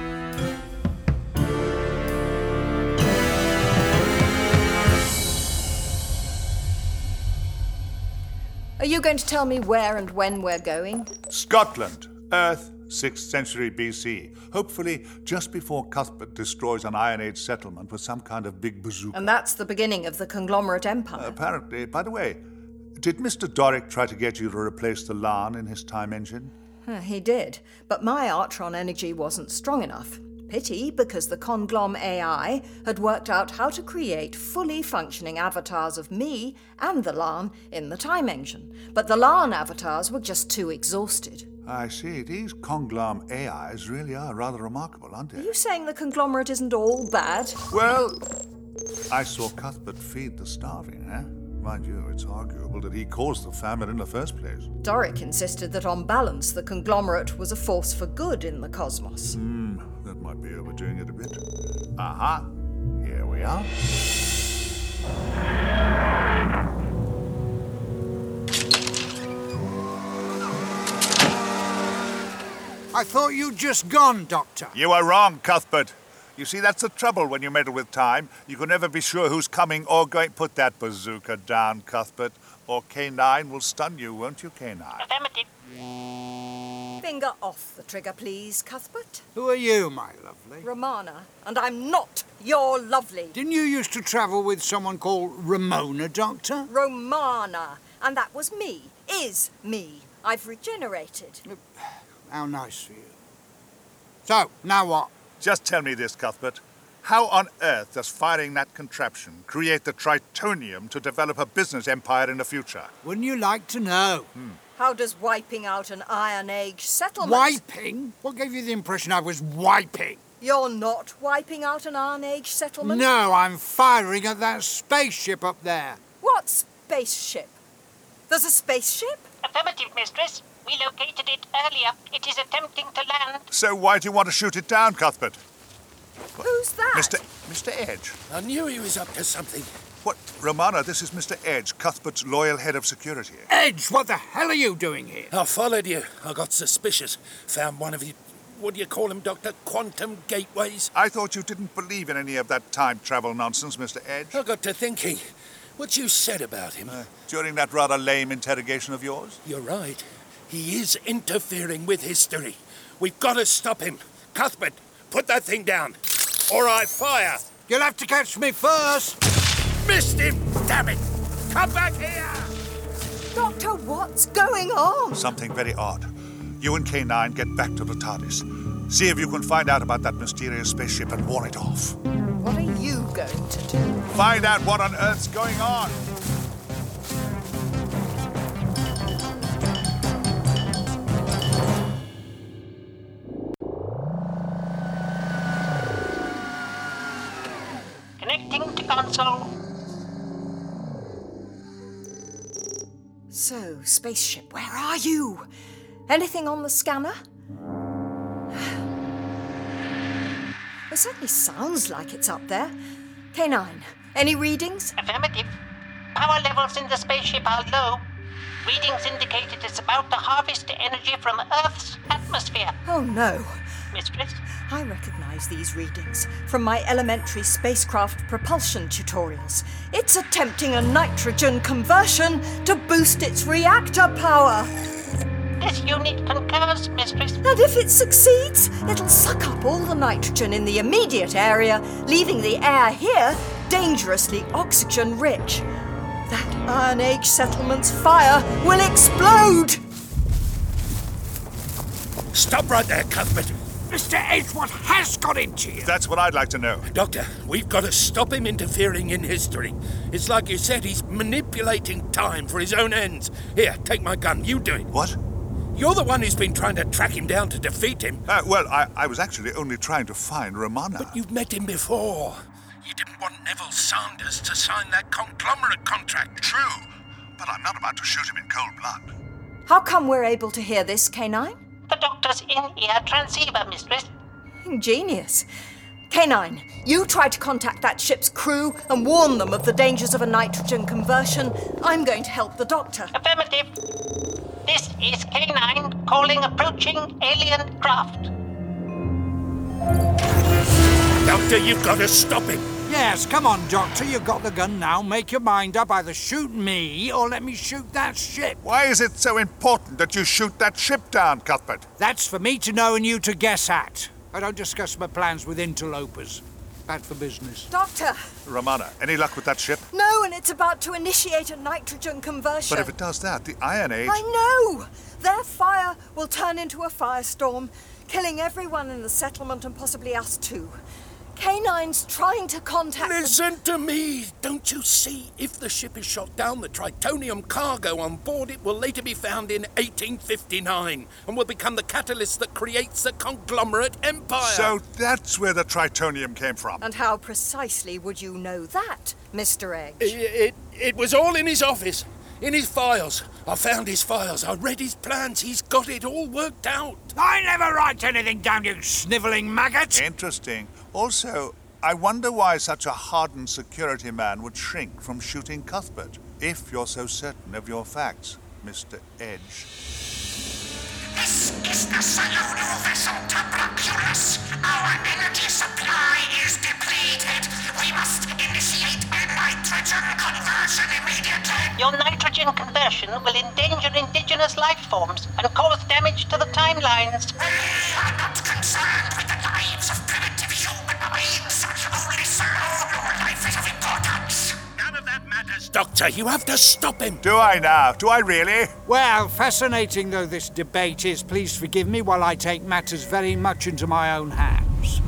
Speaker 4: Are you going to tell me where and when we're going?
Speaker 1: Scotland, Earth, 6th century BC. Hopefully, just before Cuthbert destroys an Iron Age settlement with some kind of big bazooka.
Speaker 4: And that's the beginning of the conglomerate empire.
Speaker 1: Apparently, by the way, did Mr. Doric try to get you to replace the Larn in his time engine?
Speaker 4: Huh, he did, but my Artron energy wasn't strong enough. Pity, because the Conglom AI had worked out how to create fully functioning avatars of me and the Larn in the Time Engine. But the Larn avatars were just too exhausted.
Speaker 1: I see. These Conglam AIs really are rather remarkable, aren't
Speaker 4: Are
Speaker 1: they?
Speaker 4: you saying the conglomerate isn't all bad?
Speaker 1: Well, I saw Cuthbert feed the starving, eh? Mind you, it's arguable that he caused the famine in the first place.
Speaker 4: Doric insisted that on balance, the conglomerate was a force for good in the cosmos.
Speaker 1: Hmm, that might be overdoing it a bit. Aha! Here we are.
Speaker 8: I thought you'd just gone, Doctor.
Speaker 1: You are wrong, Cuthbert. You see, that's the trouble when you meddle with time. You can never be sure who's coming or going. Put that bazooka down, Cuthbert, or K9 will stun you, won't you, K9?
Speaker 4: Finger off the trigger, please, Cuthbert.
Speaker 8: Who are you, my lovely?
Speaker 4: Romana, and I'm not your lovely.
Speaker 8: Didn't you used to travel with someone called Ramona, Doctor?
Speaker 4: Romana, and that was me, is me. I've regenerated.
Speaker 8: How nice of you. So, now what?
Speaker 1: Just tell me this, Cuthbert. How on earth does firing that contraption create the Tritonium to develop a business empire in the future?
Speaker 8: Wouldn't you like to know?
Speaker 4: How does wiping out an Iron Age settlement.
Speaker 8: Wiping? What gave you the impression I was wiping?
Speaker 4: You're not wiping out an Iron Age settlement?
Speaker 8: No, I'm firing at that spaceship up there.
Speaker 4: What spaceship? There's a spaceship?
Speaker 2: Affirmative, mistress. We located it earlier. It is attempting to land.
Speaker 1: So why do you want to shoot it down, Cuthbert?
Speaker 4: Who's that?
Speaker 1: Mr. Mr. Edge.
Speaker 6: Ah. I knew he was up to something.
Speaker 1: What? Romana, this is Mr. Edge, Cuthbert's loyal head of security.
Speaker 8: Edge, what the hell are you doing here?
Speaker 6: I followed you. I got suspicious. Found one of you. What do you call them, Doctor? Quantum gateways?
Speaker 1: I thought you didn't believe in any of that time travel nonsense, Mr. Edge. Uh,
Speaker 6: I got to thinking. What you said about him.
Speaker 1: During that rather lame interrogation of yours?
Speaker 6: You're right. He is interfering with history. We've got to stop him. Cuthbert, put that thing down. Or I fire.
Speaker 8: You'll have to catch me first.
Speaker 6: Missed him, damn it. Come back here.
Speaker 4: Doctor, what's going on?
Speaker 1: Something very odd. You and K9 get back to the TARDIS. See if you can find out about that mysterious spaceship and war it off.
Speaker 4: What are you going to do?
Speaker 1: Find out what on earth's going on.
Speaker 2: Connecting to console.
Speaker 4: So, spaceship, where are you? Anything on the scanner? It certainly sounds like it's up there. K9, any readings?
Speaker 2: Affirmative. Power levels in the spaceship are low. Readings indicate it is about to harvest energy from Earth's atmosphere.
Speaker 4: Oh no,
Speaker 2: Mistress,
Speaker 4: I recognize these readings from my elementary spacecraft propulsion tutorials. It's attempting a nitrogen conversion to boost its reactor power.
Speaker 2: this unit concurs, Mistress.
Speaker 4: And if it succeeds, it'll suck up all the nitrogen in the immediate area, leaving the air here dangerously oxygen rich. That Iron Age settlement's fire will explode!
Speaker 6: Stop right there, Cuthbert.
Speaker 8: Mr. Edge, what has got into you?
Speaker 1: That's what I'd like to know.
Speaker 6: Doctor, we've got to stop him interfering in history. It's like you said, he's manipulating time for his own ends. Here, take my gun. You do it.
Speaker 1: What?
Speaker 6: You're the one who's been trying to track him down to defeat him.
Speaker 1: Uh, well, I, I was actually only trying to find Romana.
Speaker 6: You've met him before. You didn't want Neville Sanders to sign that conglomerate contract.
Speaker 1: True, but I'm not about to shoot him in cold blood.
Speaker 4: How come we're able to hear this, K9?
Speaker 2: The doctor's in-ear transceiver, Mistress.
Speaker 4: Ingenious. K9, you try to contact that ship's crew and warn them of the dangers of a nitrogen conversion. I'm going to help the doctor.
Speaker 2: Affirmative. This is K9 calling approaching alien craft.
Speaker 6: Doctor, you've got to stop him.
Speaker 8: Yes, come on, Doctor. You've got the gun now. Make your mind up. Either shoot me or let me shoot that ship.
Speaker 1: Why is it so important that you shoot that ship down, Cuthbert?
Speaker 8: That's for me to know and you to guess at. I don't discuss my plans with interlopers. Bad for business.
Speaker 4: Doctor!
Speaker 1: Romana, any luck with that ship?
Speaker 4: No, and it's about to initiate a nitrogen conversion.
Speaker 1: But if it does that, the Iron Age.
Speaker 4: I know! Their fire will turn into a firestorm, killing everyone in the settlement and possibly us too. K9's trying to contact. the-
Speaker 6: Listen to me. Don't you see? If the ship is shot down, the tritonium cargo on board it will later be found in 1859 and will become the catalyst that creates the conglomerate empire.
Speaker 1: So that's where the Tritonium came from.
Speaker 4: And how precisely would you know that, Mr. Egg?
Speaker 6: It, it, it was all in his office, in his files. I found his files. I read his plans. He's got it all worked out.
Speaker 8: I never write anything down, you snivelling maggot!
Speaker 1: Interesting. Also, I wonder why such a hardened security man would shrink from shooting Cuthbert, if you're so certain of your facts, Mr. Edge.
Speaker 6: This
Speaker 13: This is the Salulu vessel Tabroculus. Our energy supply is depleted. We must initiate a nitrogen conversion immediately.
Speaker 2: Your nitrogen conversion will endanger indigenous life forms and cause damage to the timelines.
Speaker 13: We are not concerned with the lives of primitive humanoids. Only Salulu life is of importance. None of that matters.
Speaker 6: Doctor, you have to stop him.
Speaker 1: Do I now? Do I really?
Speaker 8: Well, fascinating though this debate is, please forgive me while I take matters very much into my own hands.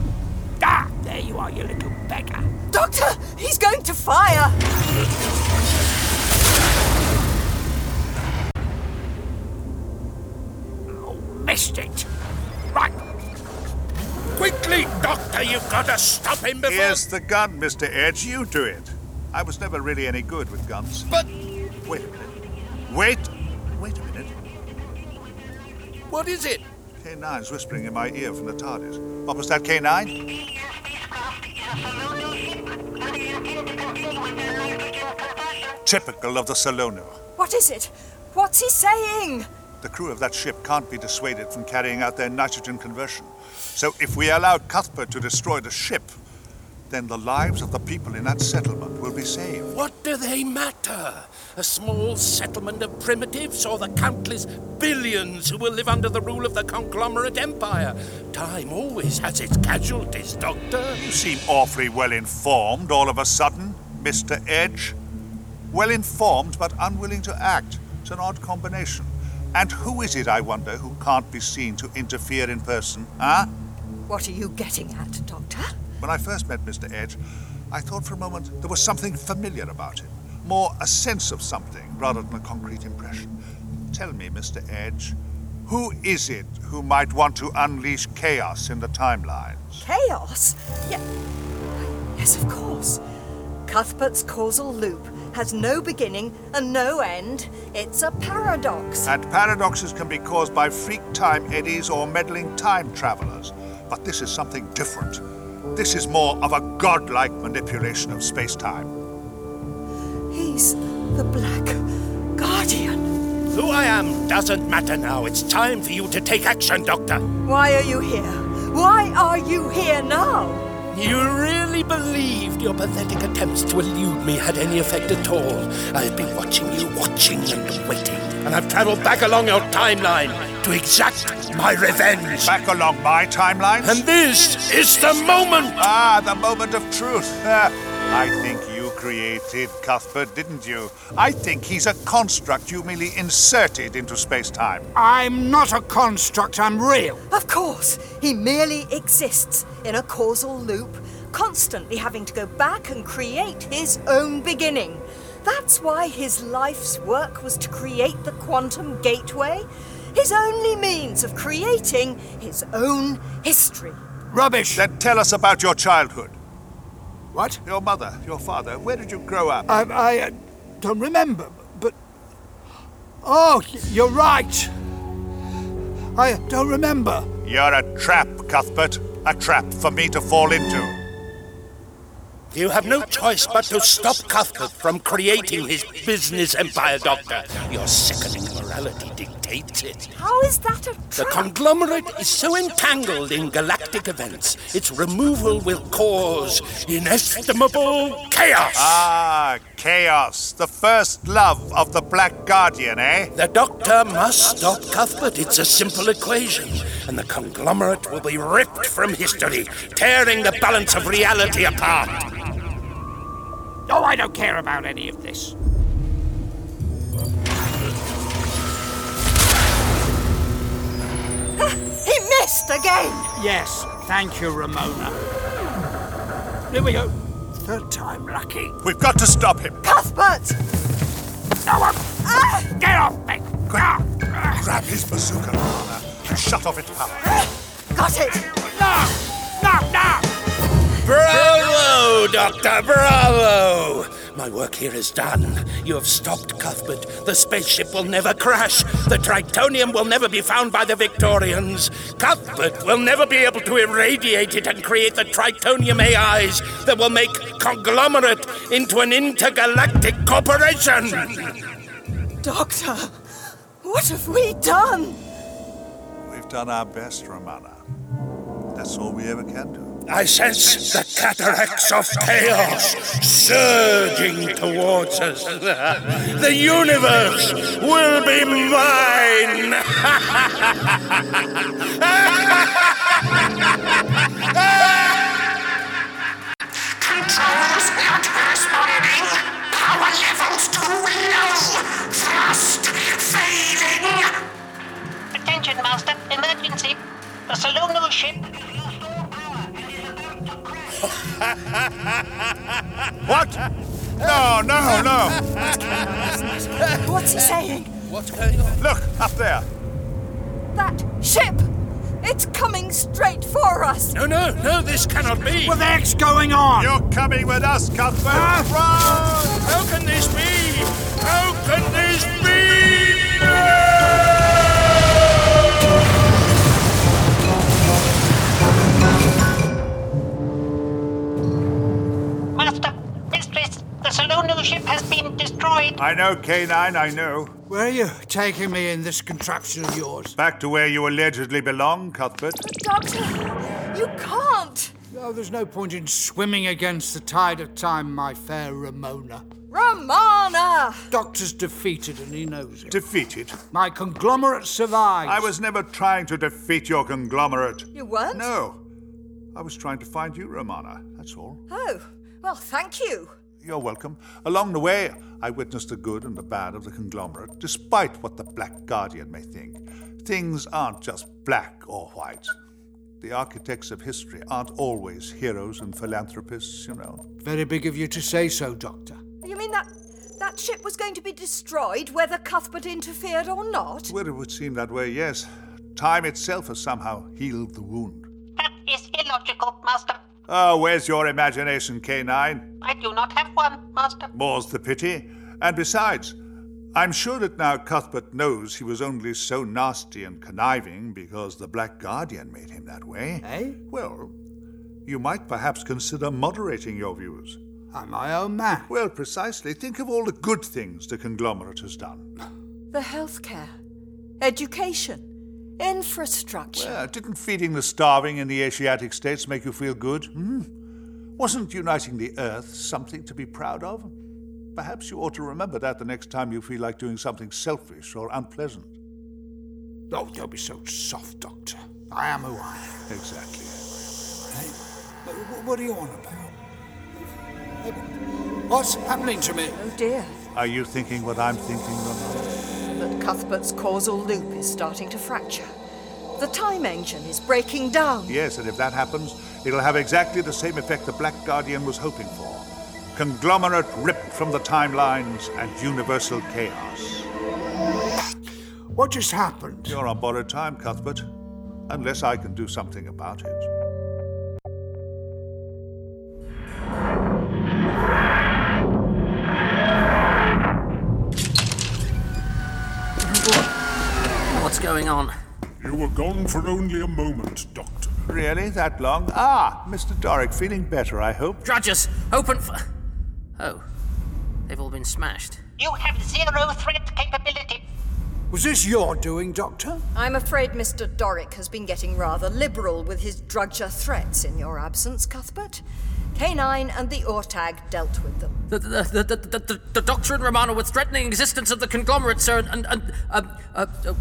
Speaker 8: Ah, there you are, you little beggar.
Speaker 4: Doctor, he's going to fire!
Speaker 6: Missed it. Right. Quickly, Doctor, you've got to stop him before.
Speaker 1: Here's the gun, Mr. Edge. You do it. I was never really any good with guns.
Speaker 6: But.
Speaker 1: Wait a minute. Wait. Wait a minute.
Speaker 6: What is it?
Speaker 1: K9's whispering in my ear from the TARDIS. What was that, K9? Typical of the Salono.
Speaker 4: What is it? What's he saying?
Speaker 1: The crew of that ship can't be dissuaded from carrying out their nitrogen conversion. So if we allow Cuthbert to destroy the ship, then the lives of the people in that settlement will be saved.
Speaker 6: What do they matter? A small settlement of primitives or the countless billions who will live under the rule of the conglomerate empire? Time always has its casualties, Doctor.
Speaker 1: You seem awfully well informed all of a sudden, Mr. Edge. Well informed but unwilling to act. It's an odd combination. And who is it, I wonder, who can't be seen to interfere in person, huh?
Speaker 4: What are you getting at, Doctor?
Speaker 1: When I first met Mr. Edge, I thought for a moment there was something familiar about him, more a sense of something rather than a concrete impression. Tell me, Mr. Edge, who is it who might want to unleash chaos in the timelines?
Speaker 4: Chaos? Ye- yes, of course. Cuthbert's causal loop has no beginning and no end. It's a paradox.
Speaker 1: And paradoxes can be caused by freak time eddies or meddling time travelers. But this is something different. This is more of a godlike manipulation of space time.
Speaker 4: He's the Black Guardian.
Speaker 6: Who I am doesn't matter now. It's time for you to take action, Doctor.
Speaker 4: Why are you here? Why are you here now?
Speaker 6: You really believed your pathetic attempts to elude me had any effect at all. I've been watching you, watching and waiting. And I've traveled back along your timeline to exact my revenge.
Speaker 1: Back along my timeline?
Speaker 6: And this is the moment!
Speaker 1: Ah, the moment of truth. Ah, I think you created Cuthbert, didn't you? I think he's a construct you merely inserted into space time.
Speaker 8: I'm not a construct, I'm real.
Speaker 4: Of course, he merely exists in a causal loop, constantly having to go back and create his own beginning. That's why his life's work was to create the quantum gateway, his only means of creating his own history.
Speaker 8: Rubbish!
Speaker 1: Then tell us about your childhood.
Speaker 8: What?
Speaker 1: Your mother, your father, where did you grow up?
Speaker 8: I, I uh, don't remember, but. Oh, y- you're right. I don't remember.
Speaker 1: You're a trap, Cuthbert. A trap for me to fall into.
Speaker 6: You have no choice but to stop Cuthbert from creating his business empire, Doctor. Your sickening morality dictates it.
Speaker 4: How is that a
Speaker 6: The
Speaker 4: trap?
Speaker 6: conglomerate is so entangled in galactic events, its removal will cause inestimable chaos.
Speaker 1: Ah, chaos. The first love of the Black Guardian, eh?
Speaker 6: The doctor must stop Cuthbert. It's a simple equation. And the conglomerate will be ripped from history, tearing the balance of reality apart.
Speaker 14: Oh, I don't care about any of this.
Speaker 4: he missed again!
Speaker 14: Yes, thank you, Ramona. Here we go. Third time lucky.
Speaker 1: We've got to stop him.
Speaker 4: Cuthbert!
Speaker 14: No one! Get off me! Ah!
Speaker 1: Grab his bazooka, Lana, and shut off its power.
Speaker 4: Got it!
Speaker 14: No! No! No!
Speaker 6: Bravo, Doctor, bravo! My work here is done. You have stopped Cuthbert. The spaceship will never crash. The Tritonium will never be found by the Victorians. Cuthbert will never be able to irradiate it and create the Tritonium AIs that will make Conglomerate into an intergalactic corporation.
Speaker 4: Doctor, what have we done?
Speaker 1: done our best, Romana. That's all we ever can do.
Speaker 6: I sense the cataracts of chaos surging towards us. The universe will be mine.
Speaker 15: Controls not responding. Power levels too low. Thrust failing.
Speaker 2: Attention, Master. Emergency. The Salono ship.
Speaker 1: What? No, no, no!
Speaker 4: What's he saying?
Speaker 16: What's going on?
Speaker 1: Look, up there!
Speaker 4: That ship! It's coming straight for us!
Speaker 16: No, no, no, this cannot be!
Speaker 17: What the heck's going on? Ah.
Speaker 1: You're coming with us, Cuthbert!
Speaker 16: How can this be? How can this be?
Speaker 2: Master, mistress, the Salono ship has been destroyed.
Speaker 1: I know, K9, I know.
Speaker 8: Where are you taking me in this contraption of yours?
Speaker 1: Back to where you allegedly belong, Cuthbert.
Speaker 4: Doctor, you can't!
Speaker 8: Oh, there's no point in swimming against the tide of time, my fair Ramona.
Speaker 4: Romana!
Speaker 8: Doctor's defeated and he knows it.
Speaker 1: Defeated?
Speaker 8: My conglomerate survives.
Speaker 1: I was never trying to defeat your conglomerate.
Speaker 4: You weren't?
Speaker 1: No. I was trying to find you, Romana, that's all.
Speaker 4: Oh, well, thank you.
Speaker 1: You're welcome. Along the way, I witnessed the good and the bad of the conglomerate, despite what the Black Guardian may think. Things aren't just black or white. The architects of history aren't always heroes and philanthropists, you know.
Speaker 8: Very big of you to say so, Doctor.
Speaker 4: You mean that that ship was going to be destroyed whether Cuthbert interfered or not?
Speaker 1: Well, it would seem that way, yes. Time itself has somehow healed the wound.
Speaker 2: That is illogical, Master.
Speaker 1: Oh, where's your imagination, K9?
Speaker 2: I do not have one, Master.
Speaker 1: More's the pity. And besides, I'm sure that now Cuthbert knows he was only so nasty and conniving because the Black Guardian made him that way.
Speaker 8: Eh?
Speaker 1: Well, you might perhaps consider moderating your views.
Speaker 8: I'm my own man.
Speaker 1: Well, precisely. Think of all the good things the conglomerate has done.
Speaker 4: The healthcare, education, infrastructure.
Speaker 1: Well, didn't feeding the starving in the Asiatic states make you feel good? Hmm? Wasn't uniting the Earth something to be proud of? Perhaps you ought to remember that the next time you feel like doing something selfish or unpleasant.
Speaker 8: Oh, don't be so soft, Doctor. I am who I am.
Speaker 1: Exactly.
Speaker 8: Wh- wh- What are you on about? What's happening to me?
Speaker 4: Oh dear.
Speaker 1: Are you thinking what I'm thinking, Romana?
Speaker 4: But Cuthbert's causal loop is starting to fracture. The time engine is breaking down.
Speaker 1: Yes, and if that happens, it'll have exactly the same effect the Black Guardian was hoping for. Conglomerate ripped from the timelines and universal chaos.
Speaker 8: What just happened?
Speaker 1: You're on borrowed time, Cuthbert. Unless I can do something about it.
Speaker 5: What's going on?
Speaker 18: You were gone for only a moment, Doctor.
Speaker 1: Really? That long? Ah, Mr. Doric, feeling better, I hope.
Speaker 5: Drudgers, open for. Oh, they've all been smashed.
Speaker 2: You have zero threat capability.
Speaker 8: Was this your doing, Doctor?
Speaker 4: I'm afraid Mr. Doric has been getting rather liberal with his drudger threats in your absence, Cuthbert. Canine and the Ortag dealt with them.
Speaker 5: The, the, the, the, the, the, the Doctor and Romano were threatening existence of the conglomerate, sir, and. and, and uh, uh, uh,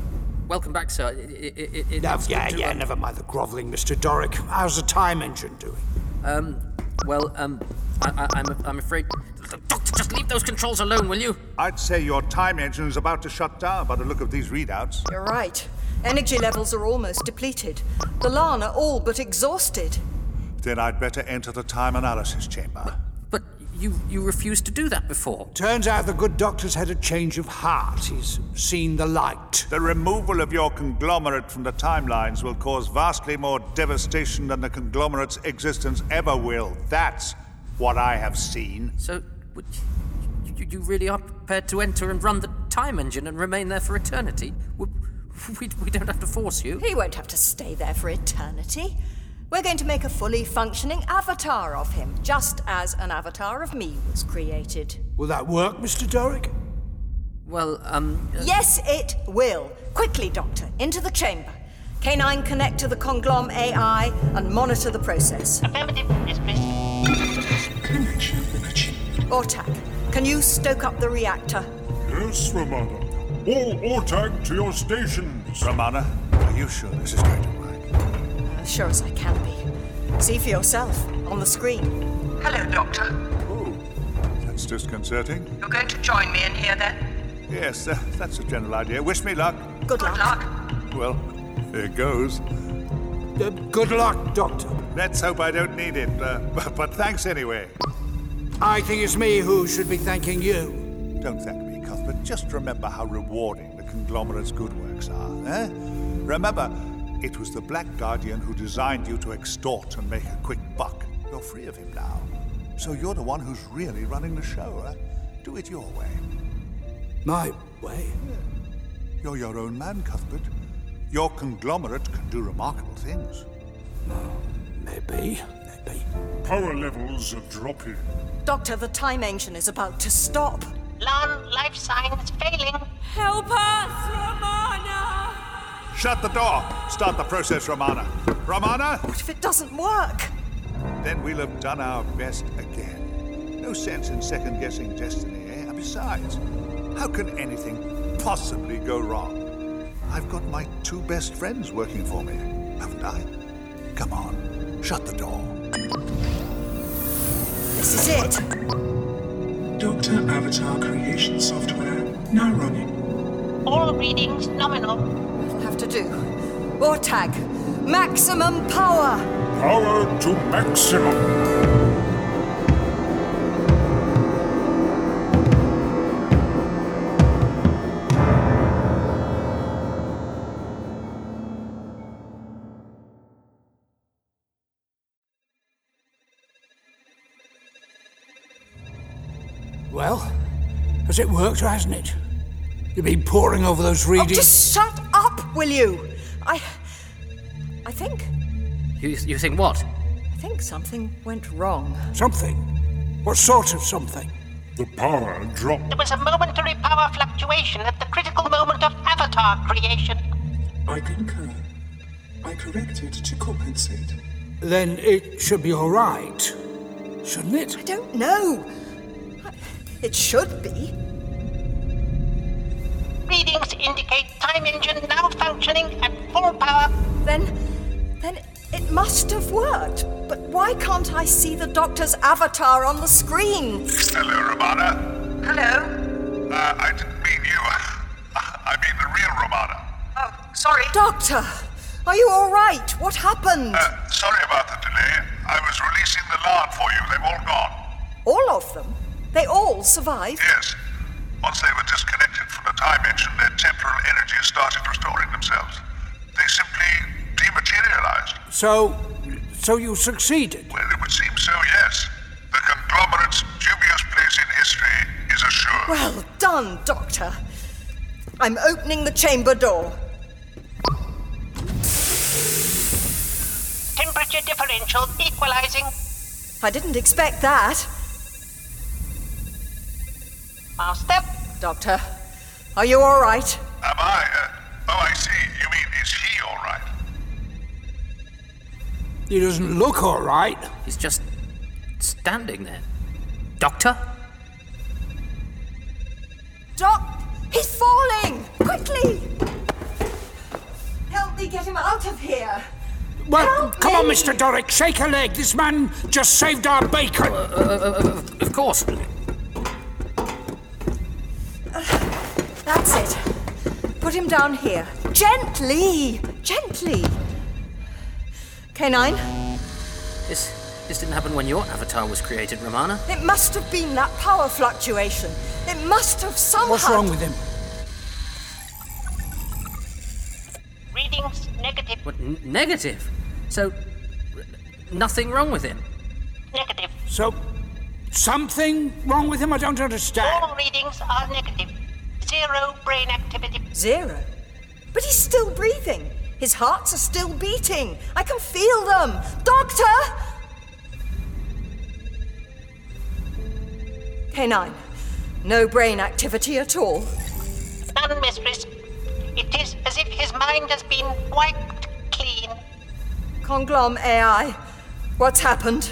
Speaker 5: welcome back, sir. It, it, it, it-
Speaker 17: No,
Speaker 5: it's
Speaker 17: yeah,
Speaker 5: good to,
Speaker 17: yeah,
Speaker 5: um,
Speaker 17: never mind the grovelling, Mr. Doric. How's the time engine doing?
Speaker 5: Um, well, um, I, I, I'm, I'm afraid. Doctor, just leave those controls alone, will you?
Speaker 1: I'd say your time engine is about to shut down by the look of these readouts.
Speaker 4: You're right. Energy levels are almost depleted. The Lana all but exhausted.
Speaker 1: Then I'd better enter the time analysis chamber.
Speaker 5: But you, you refused to do that before.
Speaker 8: Turns out the good doctor's had a change of heart. He's seen the light.
Speaker 1: The removal of your conglomerate from the timelines will cause vastly more devastation than the conglomerate's existence ever will. That's what I have seen.
Speaker 5: So, would, you, you really are prepared to enter and run the time engine and remain there for eternity? We, we, we don't have to force you.
Speaker 4: He won't have to stay there for eternity. We're going to make a fully functioning avatar of him, just as an avatar of me was created.
Speaker 8: Will that work, Mr. Doric?
Speaker 5: Well, um.
Speaker 4: Yes, it will. Quickly, Doctor, into the chamber. Canine connect to the Conglom AI and monitor the process. Affirmative, yes, please. Ortak, can you stoke up the reactor?
Speaker 3: Yes, Romana. All Ortag to your stations.
Speaker 1: Romana, are you sure this is going to work?
Speaker 4: As sure as I can be. See for yourself on the screen.
Speaker 19: Hello, Doctor.
Speaker 1: That's disconcerting.
Speaker 19: You're going to join me in here then?
Speaker 1: Yes, uh, that's a general idea. Wish me luck.
Speaker 19: Good luck.
Speaker 1: Well, here goes.
Speaker 20: Uh,
Speaker 8: good luck, Doctor.
Speaker 1: Let's hope I don't need it, uh, but, but thanks anyway.
Speaker 20: I think it's me who should be thanking you.
Speaker 1: Don't thank me, Cuthbert. Just remember how rewarding the conglomerate's good works are, eh? Remember, it was the Black Guardian who designed you to extort and make a quick buck. You're free of him now. So you're the one who's really running the show, eh? Do it your way.
Speaker 8: My way?
Speaker 1: You're your own man, Cuthbert. Your conglomerate can do remarkable things.
Speaker 8: Maybe.
Speaker 3: Power levels are dropping.
Speaker 4: Doctor, the time engine is about to stop.
Speaker 2: Lan, life signs failing.
Speaker 21: Help us, Romana!
Speaker 1: Shut the door. Start the process, Romana. Romana?
Speaker 4: What if it doesn't work?
Speaker 1: Then we'll have done our best again. No sense in second guessing destiny, eh? And besides, how can anything possibly go wrong? I've got my two best friends working for me, haven't I? Come on, shut the door.
Speaker 4: This is it.
Speaker 11: Doctor Avatar creation software now running.
Speaker 2: All readings nominal.
Speaker 4: Have to do. Ortag, maximum power! Oh,
Speaker 3: Power to maximum.
Speaker 8: Well, has it worked or hasn't it? You've been poring over those readings.
Speaker 4: Oh, Just shut up, will you? I. I think.
Speaker 5: You, you think what?
Speaker 4: I think something went wrong.
Speaker 8: Something? What sort of something?
Speaker 3: The power drop.
Speaker 2: There was a momentary power fluctuation at the critical moment of avatar creation.
Speaker 11: I concur. I corrected to compensate.
Speaker 8: Then it should be all right, shouldn't it? I
Speaker 4: don't know. It should be.
Speaker 2: Readings indicate time engine now functioning at full power.
Speaker 4: Then. Then it must have worked. But why can't I see the doctor's avatar on the screen?
Speaker 22: Hello, Romana.
Speaker 19: Hello?
Speaker 22: Uh, I didn't mean you. I mean the real Romana.
Speaker 19: Oh, sorry.
Speaker 4: Doctor, are you all right? What happened?
Speaker 22: Uh, Sorry about the delay. I was releasing the lard for you. They've all gone.
Speaker 4: all of them? They all survived?
Speaker 22: Yes. Once they were disconnected from the time engine, their temporal energies started restoring themselves. They simply dematerialized.
Speaker 8: So, so you succeeded.
Speaker 22: Well, it would seem so, yes. The conglomerate's dubious place in history is assured.
Speaker 4: Well done, Doctor. I'm opening the chamber door.
Speaker 2: Temperature differential equalizing.
Speaker 4: I didn't expect that.
Speaker 2: Master?
Speaker 4: Doctor, are you all right?
Speaker 22: Am I? Uh, oh, I see. You mean, is he all right?
Speaker 8: He doesn't look all right.
Speaker 5: He's just standing there. Doctor?
Speaker 4: Doc, he's falling! Quickly! Help me get him out of here!
Speaker 8: Well, come on, Mr. Doric, shake a leg. This man just saved our bacon.
Speaker 5: Uh, of course.
Speaker 4: That's it. Put him down here. Gently! Gently! Canine,
Speaker 5: This, this didn't happen when your avatar was created, Romana.
Speaker 4: it must have been that power fluctuation. It must have somehow.
Speaker 8: What's wrong with him?
Speaker 2: Readings negative.
Speaker 5: What, n- negative? So, r- nothing wrong with him?
Speaker 2: Negative.
Speaker 8: So, something wrong with him? I don't understand.
Speaker 2: All readings are negative. Zero brain activity.
Speaker 4: Zero. But he's still breathing. His hearts are still beating. I can feel them. Doctor! K9. No brain activity at all.
Speaker 2: None, mistress. It is as if his mind has been wiped
Speaker 4: Conglom AI, what's happened?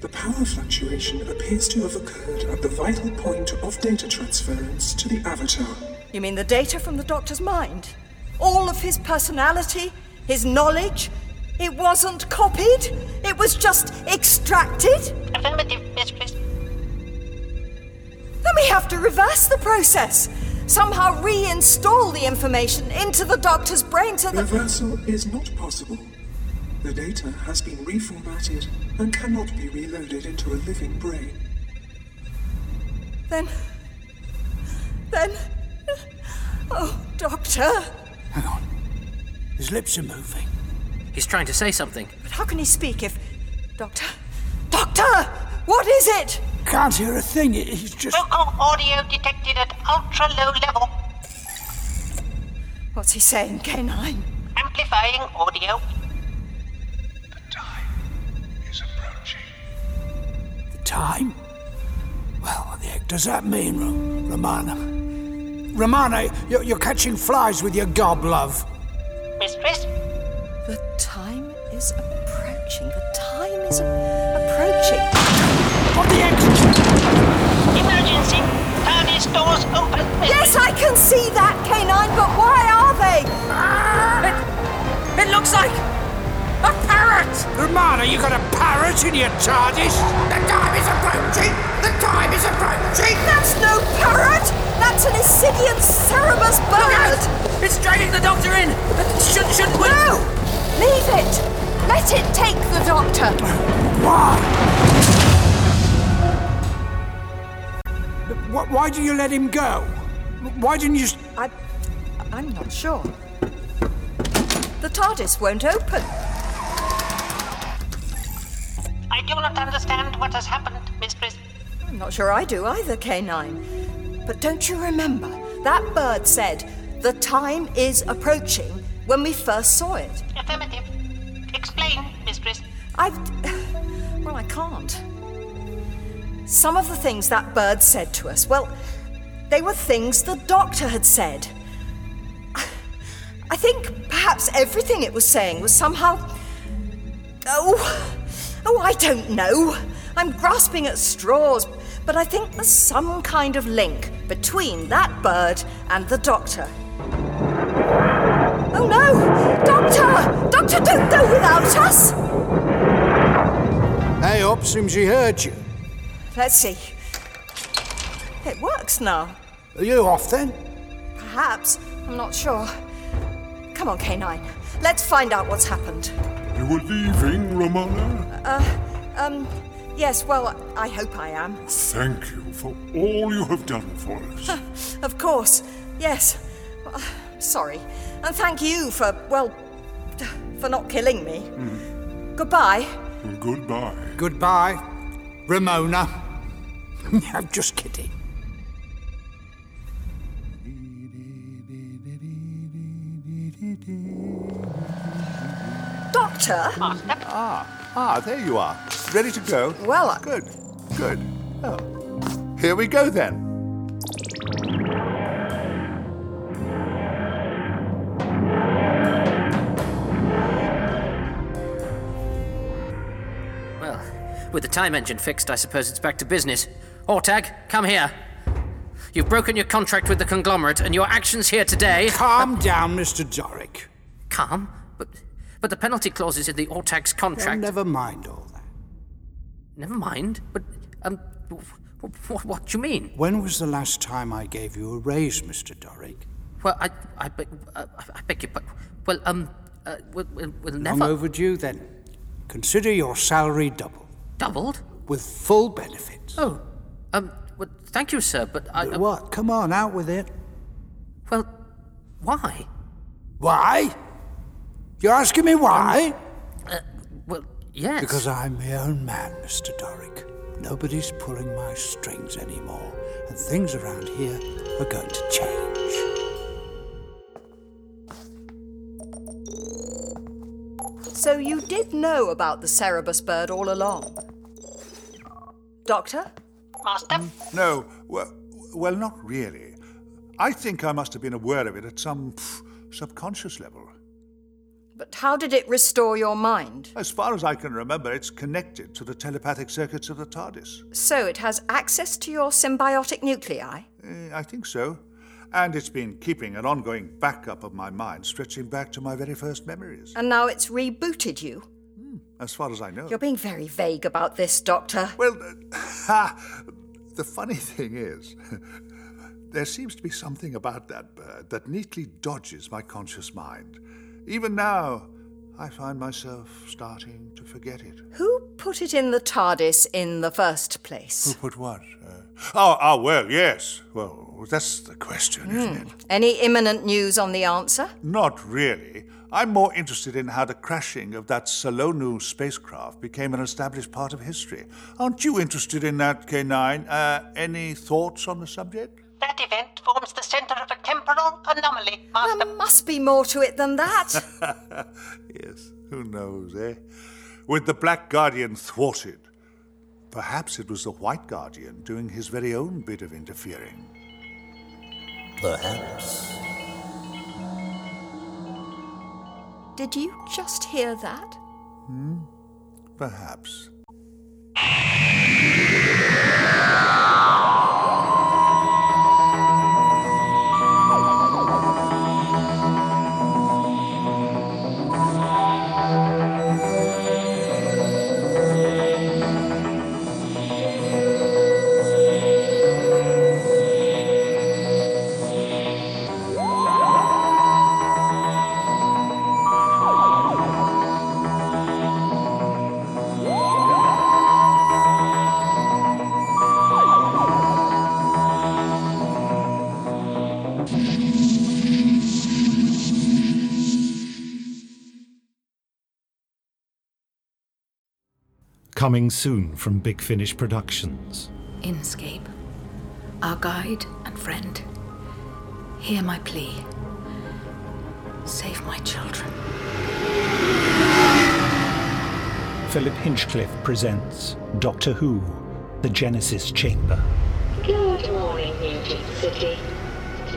Speaker 11: The power fluctuation appears to have occurred at the vital point of data transference to the Avatar.
Speaker 4: You mean the data from the Doctor's mind? All of his personality, his knowledge? It wasn't copied, it was just extracted?
Speaker 2: Affirmative, Mistress.
Speaker 4: Then we have to reverse the process. Somehow reinstall the information into the Doctor's brain so that.
Speaker 11: Reversal is not possible. The data has been reformatted and cannot be reloaded into a living brain.
Speaker 4: Then. Then. Oh, Doctor.
Speaker 8: His lips are moving.
Speaker 5: He's trying to say something.
Speaker 4: But how can he speak if. Doctor? Doctor! What is it?
Speaker 8: Can't hear a thing. He- He's just.
Speaker 2: Vocal audio detected at ultra low level.
Speaker 4: What's he saying, K9?
Speaker 2: Amplifying audio.
Speaker 8: The time? Well, what the heck does that mean, Ro- Romana? Romana, you're, you're catching flies with your gob, love.
Speaker 2: Mistress?
Speaker 4: The time is approaching. The time is a- approaching.
Speaker 8: What the heck?
Speaker 2: Emergency! TARDIS doors open!
Speaker 4: Yes, I can see that, K9, but why are they?
Speaker 8: Ah, It, it looks like a parrot! Romana, you got a parrot in your TARDIS? The time is approaching! The time is approaching!
Speaker 4: That's no parrot! That's an Isidian Cerebus bird!
Speaker 5: It's dragging the doctor in! Should, shouldn't we?
Speaker 4: No! Leave it! Let it take the doctor!
Speaker 8: Why, why do you let him go? Why didn't you. s-
Speaker 4: I, I'm not sure. The TARDIS won't open.
Speaker 2: I do not understand what has happened, Mistress.
Speaker 4: I'm not sure I do either, K9. But don't you remember? That bird said, the time is approaching when we first saw it.
Speaker 2: Affirmative. Explain, Mistress.
Speaker 4: I've. Well, I can't. Some of the things that bird said to us, well, they were things the doctor had said. I think perhaps everything it was saying was somehow. Oh, oh, I don't know. I'm grasping at straws, but I think there's some kind of link between that bird and the doctor. Oh no! Doctor! Doctor, don't go without us!
Speaker 23: Hey up, seems he heard you.
Speaker 4: Let's see. It works now.
Speaker 23: Are you off then?
Speaker 4: Perhaps. I'm not sure. Come on, K9. Let's find out what's happened.
Speaker 3: You were leaving, Romana?
Speaker 4: Uh, um, yes, well, I hope I am.
Speaker 3: Thank you for all you have done for us.
Speaker 4: Of course. Yes. Well, Sorry. And thank you for, well, for not killing me. Goodbye.
Speaker 3: Goodbye.
Speaker 23: Goodbye, Ramona.
Speaker 8: I'm just kidding.
Speaker 4: Doctor?
Speaker 1: Ah, ah, there you are. Ready to go?
Speaker 4: Well, I-
Speaker 1: good, good. Oh, here we go then.
Speaker 5: Well, with the time engine fixed, I suppose it's back to business. Ortag, come here. You've broken your contract with the conglomerate, and your actions here today.
Speaker 8: Calm down, Mr. Doric.
Speaker 5: Calm? But, but the penalty clause is in the Ortag's
Speaker 8: Well,
Speaker 5: contract.
Speaker 8: never mind all that.
Speaker 5: Never mind. But, um, what, what, what do you mean?
Speaker 8: When was the last time I gave you a raise, Mr. Doric?
Speaker 5: Well, I, I, be- uh, I beg your pardon. Well, um, uh, well, well, well,
Speaker 8: I'm
Speaker 5: never.
Speaker 8: overdue then. Consider your salary doubled.
Speaker 5: Doubled?
Speaker 8: With full benefits.
Speaker 5: Oh, um, well, thank you, sir, but I. uh,
Speaker 8: What? Come on, out with it.
Speaker 5: Well, why?
Speaker 8: Why? You're asking me why?
Speaker 5: Um, uh, well, yes.
Speaker 8: Because I'm my own man, Mr. Doric. Nobody's pulling my strings anymore, and things around here are going to change.
Speaker 4: So you did know about the Cerebus bird all along? Doctor?
Speaker 2: Master?
Speaker 1: No, well, well, not really. I think I must have been aware of it at some pff, subconscious level.
Speaker 4: But how did it restore your mind?
Speaker 1: As far as I can remember, it's connected to the telepathic circuits of the TARDIS.
Speaker 4: So it has access to your symbiotic nuclei?
Speaker 1: Eh, I think so. And it's been keeping an ongoing backup of my mind, stretching back to my very first memories,
Speaker 4: And now it's rebooted you?
Speaker 1: as far as I know.
Speaker 4: You're being very vague about this, Doctor.
Speaker 1: Oh. Well, ha! The funny thing is, there seems to be something about that bird that neatly dodges my conscious mind. Even now, I find myself starting to forget it.
Speaker 4: Who put it in the TARDIS in the first place?
Speaker 1: Who put what? Uh, oh, ah, well, yes. Well, that's the question, isn't it?
Speaker 4: Hmm. Any imminent news on the answer?
Speaker 1: Not really. I'm more interested in how the crashing of that Salonu spacecraft became an established part of history. Aren't you interested in that, K9? Uh, any thoughts on the subject?
Speaker 24: That event forms the center of a temporal anomaly, Master.
Speaker 4: There must be more to it than that.
Speaker 1: yes, who knows, eh? With the Black Guardian thwarted, perhaps it was the White Guardian doing his very own bit of interfering.
Speaker 10: Perhaps.
Speaker 4: Did you just hear that?
Speaker 1: Hmm? Perhaps.
Speaker 25: Coming soon from Big Finish Productions.
Speaker 26: Inscape, our guide and friend, hear my plea. Save my children.
Speaker 25: Philip Hinchcliffe presents Doctor Who, The Genesis Chamber.
Speaker 13: Good morning, Newton City.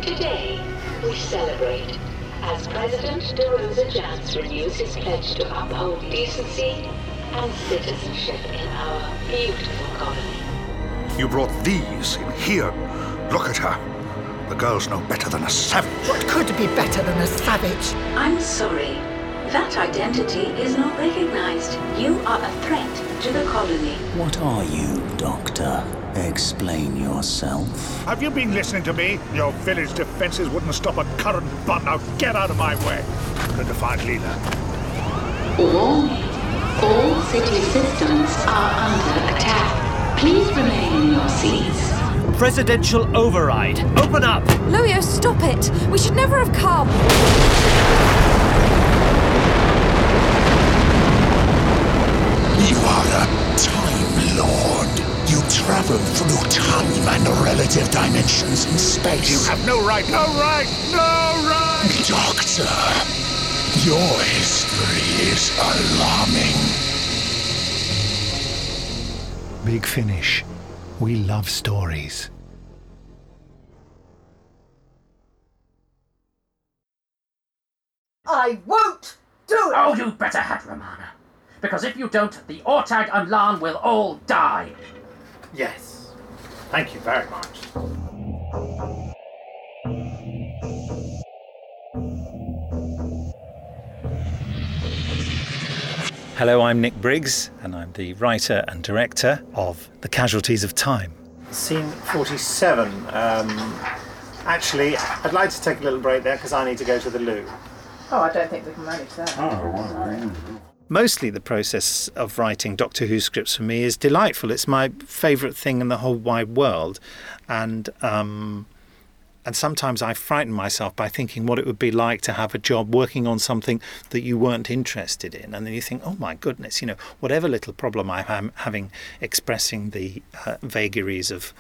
Speaker 13: Today, we celebrate as President DeRosa Jans renews his pledge to uphold decency and citizenship in our beautiful colony.
Speaker 10: You brought these in here. Look at her. The girl's no better than a savage.
Speaker 27: What could be better than a savage?
Speaker 13: I'm sorry. That identity is not recognized. You are a threat to the colony.
Speaker 10: What are you, Doctor? Explain yourself.
Speaker 28: Have you been listening to me? Your village defenses wouldn't stop a current butt. Now get out of my way. Good to find Leela.
Speaker 13: Warning. All city systems are under attack. Please remain in your seats.
Speaker 29: Presidential override. Open up!
Speaker 30: Luyo, stop it! We should never have come!
Speaker 6: You are a Time Lord. You travel through time and relative dimensions in space. You have no right, no right, no right! Doctor, your history is alarming.
Speaker 25: Big Finish. We love stories.
Speaker 4: I won't do it!
Speaker 5: Oh, you better had Romana. Because if you don't, the Ortag and Lan will all die. Yes. Thank you very much.
Speaker 31: Hello, I'm Nick Briggs, and I'm the writer and director of The Casualties of Time.
Speaker 32: Scene 47.
Speaker 1: uh,
Speaker 32: Um, actually, I'd like to take a little break there because I need to go to the loo.
Speaker 23: Oh, I don't think we can manage that.
Speaker 31: Mostly the process of writing Doctor Who scripts for me is delightful. It's my favourite thing in the whole wide world. And, um, and sometimes I frighten myself by thinking what it would be like to have a job working on something that you weren't interested in. And then you think, oh my goodness, you know, whatever little problem I am having expressing the uh, vagaries of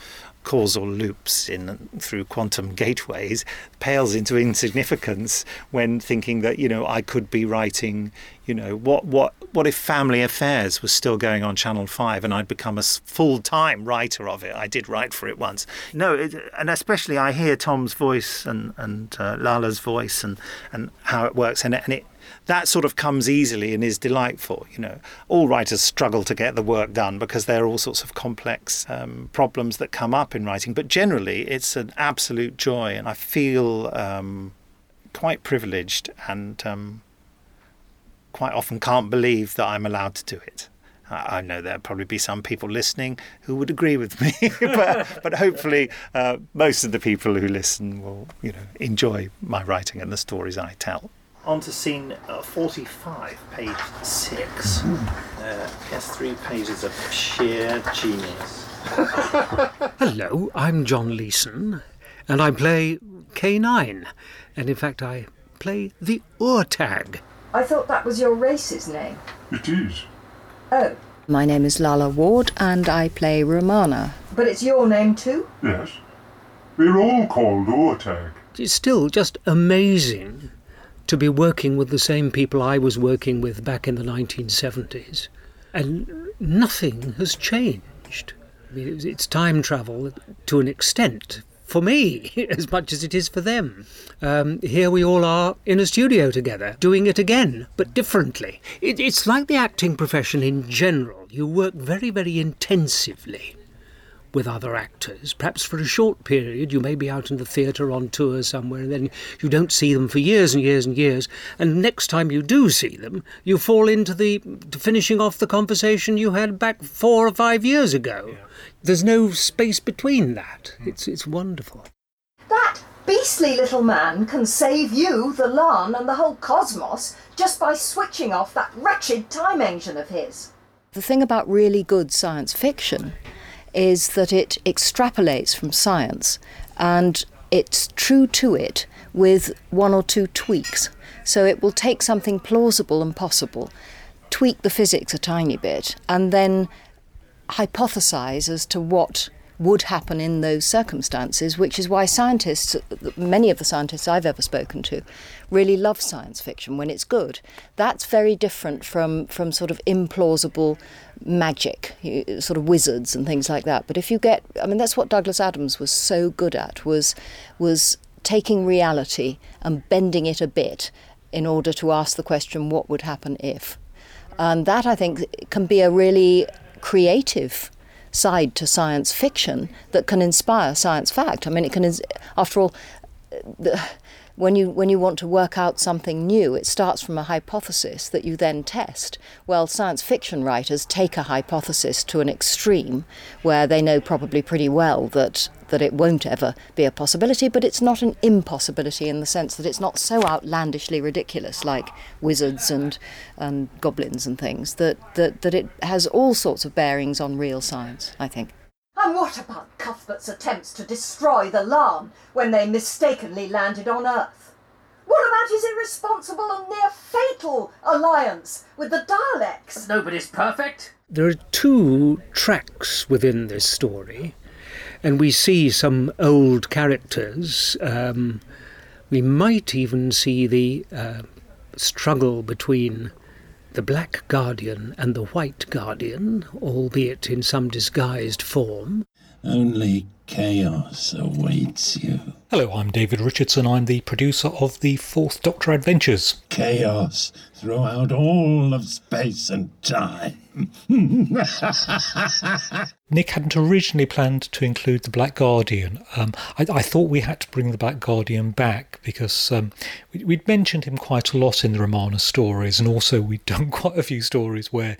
Speaker 31: causal loops in through quantum gateways pales into insignificance when thinking that you know I could be writing you know what what what if family affairs was still going on channel 5 and I'd become a s- full-time writer of it I did write for it once no it, and especially I hear Tom's voice and and uh, Lala's voice and and how it works and it, and it that sort of comes easily and is delightful. You know, all writers struggle to get the work done because there are all sorts of complex um, problems that come up in writing. But generally, it's an absolute joy, and I feel um, quite privileged and um, quite often can't believe that I'm allowed to do it. I I know there'll probably be some people listening who would agree with me, but, but hopefully uh, most of the people who listen will, you know, enjoy my writing and the stories I tell.
Speaker 33: On to scene uh, 45, page 6.
Speaker 6: Hmm.
Speaker 33: Uh, yes, three pages of sheer genius.
Speaker 10: Hello, I'm John Leeson, and I play K9. And in fact, I play the Urtag.
Speaker 34: I thought that was your race's name.
Speaker 10: It is.
Speaker 34: Oh,
Speaker 4: My name is Lala Ward and I play Romana.
Speaker 34: but it's your name too?
Speaker 10: Yes. We're all called Urtag. It's still just amazing to be working with the same people I was working with back in the 1970s. And nothing has changed. I mean, it's- it's time travel to an extent for me as much as it is for them. Um, here we all are in a studio together, doing it again, but differently. It, it's like the acting profession in general. You work very, very intensively with other actors. Perhaps for a short period, you may be out in the theatre on tour somewhere, and then you don't see them for years and years and years. And next time you do see them, you fall into the to finishing off the conversation you had back four or five years ago. There's no space between that. It's it's wonderful.
Speaker 35: That beastly little man can save you, the Larn, and the whole cosmos just by switching off that wretched time engine of his.
Speaker 4: The thing about really good science fiction is that it extrapolates from science and it's true to it with one or two tweaks. So it will take something plausible and possible, tweak the physics a tiny bit, and then hypothesize as to what would happen in those circumstances, which is why scientists, many of the scientists I've ever spoken to, really love science fiction when it's good. That's very different from, from sort of implausible magic, you- sort of wizards and things like that. But if you get, I mean, that's what Douglas Adams was so good at, was, was taking reality and bending it a bit in order to ask the question, what would happen if? And that, I think, can be a really creative side to science fiction that can inspire science fact. I mean, it can, ins- after all, the- when you when you want to work out something new, it starts from a hypothesis that you then test. Well, science fiction writers take a hypothesis to an extreme where they know probably pretty well that that it won't ever be a possibility, but it's not an impossibility in the sense that it's not so outlandishly ridiculous like wizards and and goblins and things that that, that it has all sorts of bearings on real science, I think.
Speaker 35: And what about Cuthbert's attempts to destroy the Larn when they mistakenly landed on Earth? What about his irresponsible and near fatal alliance with the Daleks?
Speaker 5: Nobody's perfect.
Speaker 10: There are two tracks within this story, and we see some old characters. Um, we might even see the uh, struggle between the Black Guardian and the White Guardian, albeit in some disguised form.
Speaker 36: Only chaos awaits you. Hello, I'm David Richardson. I'm the producer of the Fourth Doctor Adventures. Chaos throughout all of space and time. Nick hadn't originally planned to include the Black Guardian. Um, I, I thought we had to bring the Black Guardian back because um, we, we'd mentioned him quite a lot in the Romana stories, and also we'd done quite a few stories where,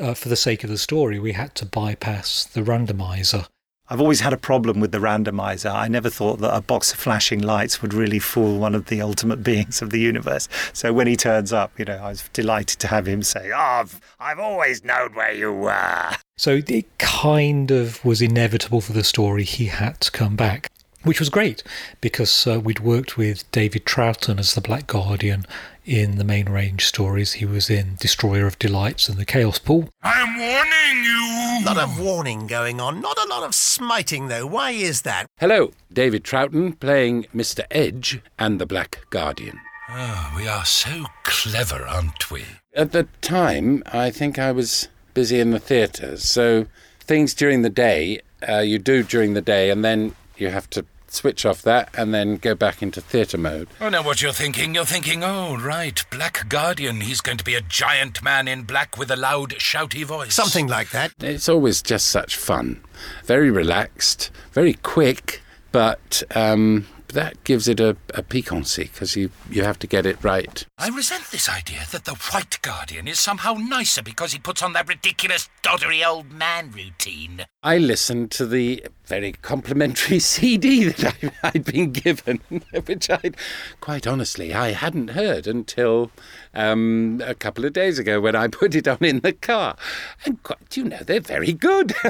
Speaker 36: uh, for the sake of the story, we had to bypass the randomizer.
Speaker 31: I've always had a problem with the randomizer. I never thought that a box of flashing lights would really fool one of the ultimate beings of the universe. So when he turns up, you know, I was delighted to have him say, "Ah, I've, I've always known where you were.
Speaker 36: So it kind of was inevitable for the story. He had to come back, which was great because uh, we'd worked with David Troughton as the Black Guardian in the main range stories. He was in Destroyer of Delights and the Chaos Pool.
Speaker 6: I'm warning you! Lot of warning going on, not a lot of smiting though. Why is that?
Speaker 9: Hello, David Troughton playing Mr. Edge and the Black Guardian.
Speaker 6: Ah, we are so clever, aren't we?
Speaker 9: At the time, I think I was busy in the theatre, so things during the day uh, you do during the day, and then you have to switch off that, and then go back into theatre mode.
Speaker 6: I know Oh, what you're thinking. You're thinking, oh, right, Black Guardian. He's going to be a giant man in black with a loud, shouty voice.
Speaker 9: Something like that. It's always just such fun. Very relaxed, very quick, but um, that gives it a, a piquancy because you, you have to get it right.
Speaker 6: I resent this idea that the White Guardian is somehow nicer because he puts on that ridiculous, doddery old man routine.
Speaker 9: I listened to the very complimentary CD that I, I'd been given, which I, quite honestly, I hadn't heard until um, a couple of days ago when I put it on in the car. And quite, you know, they're very good.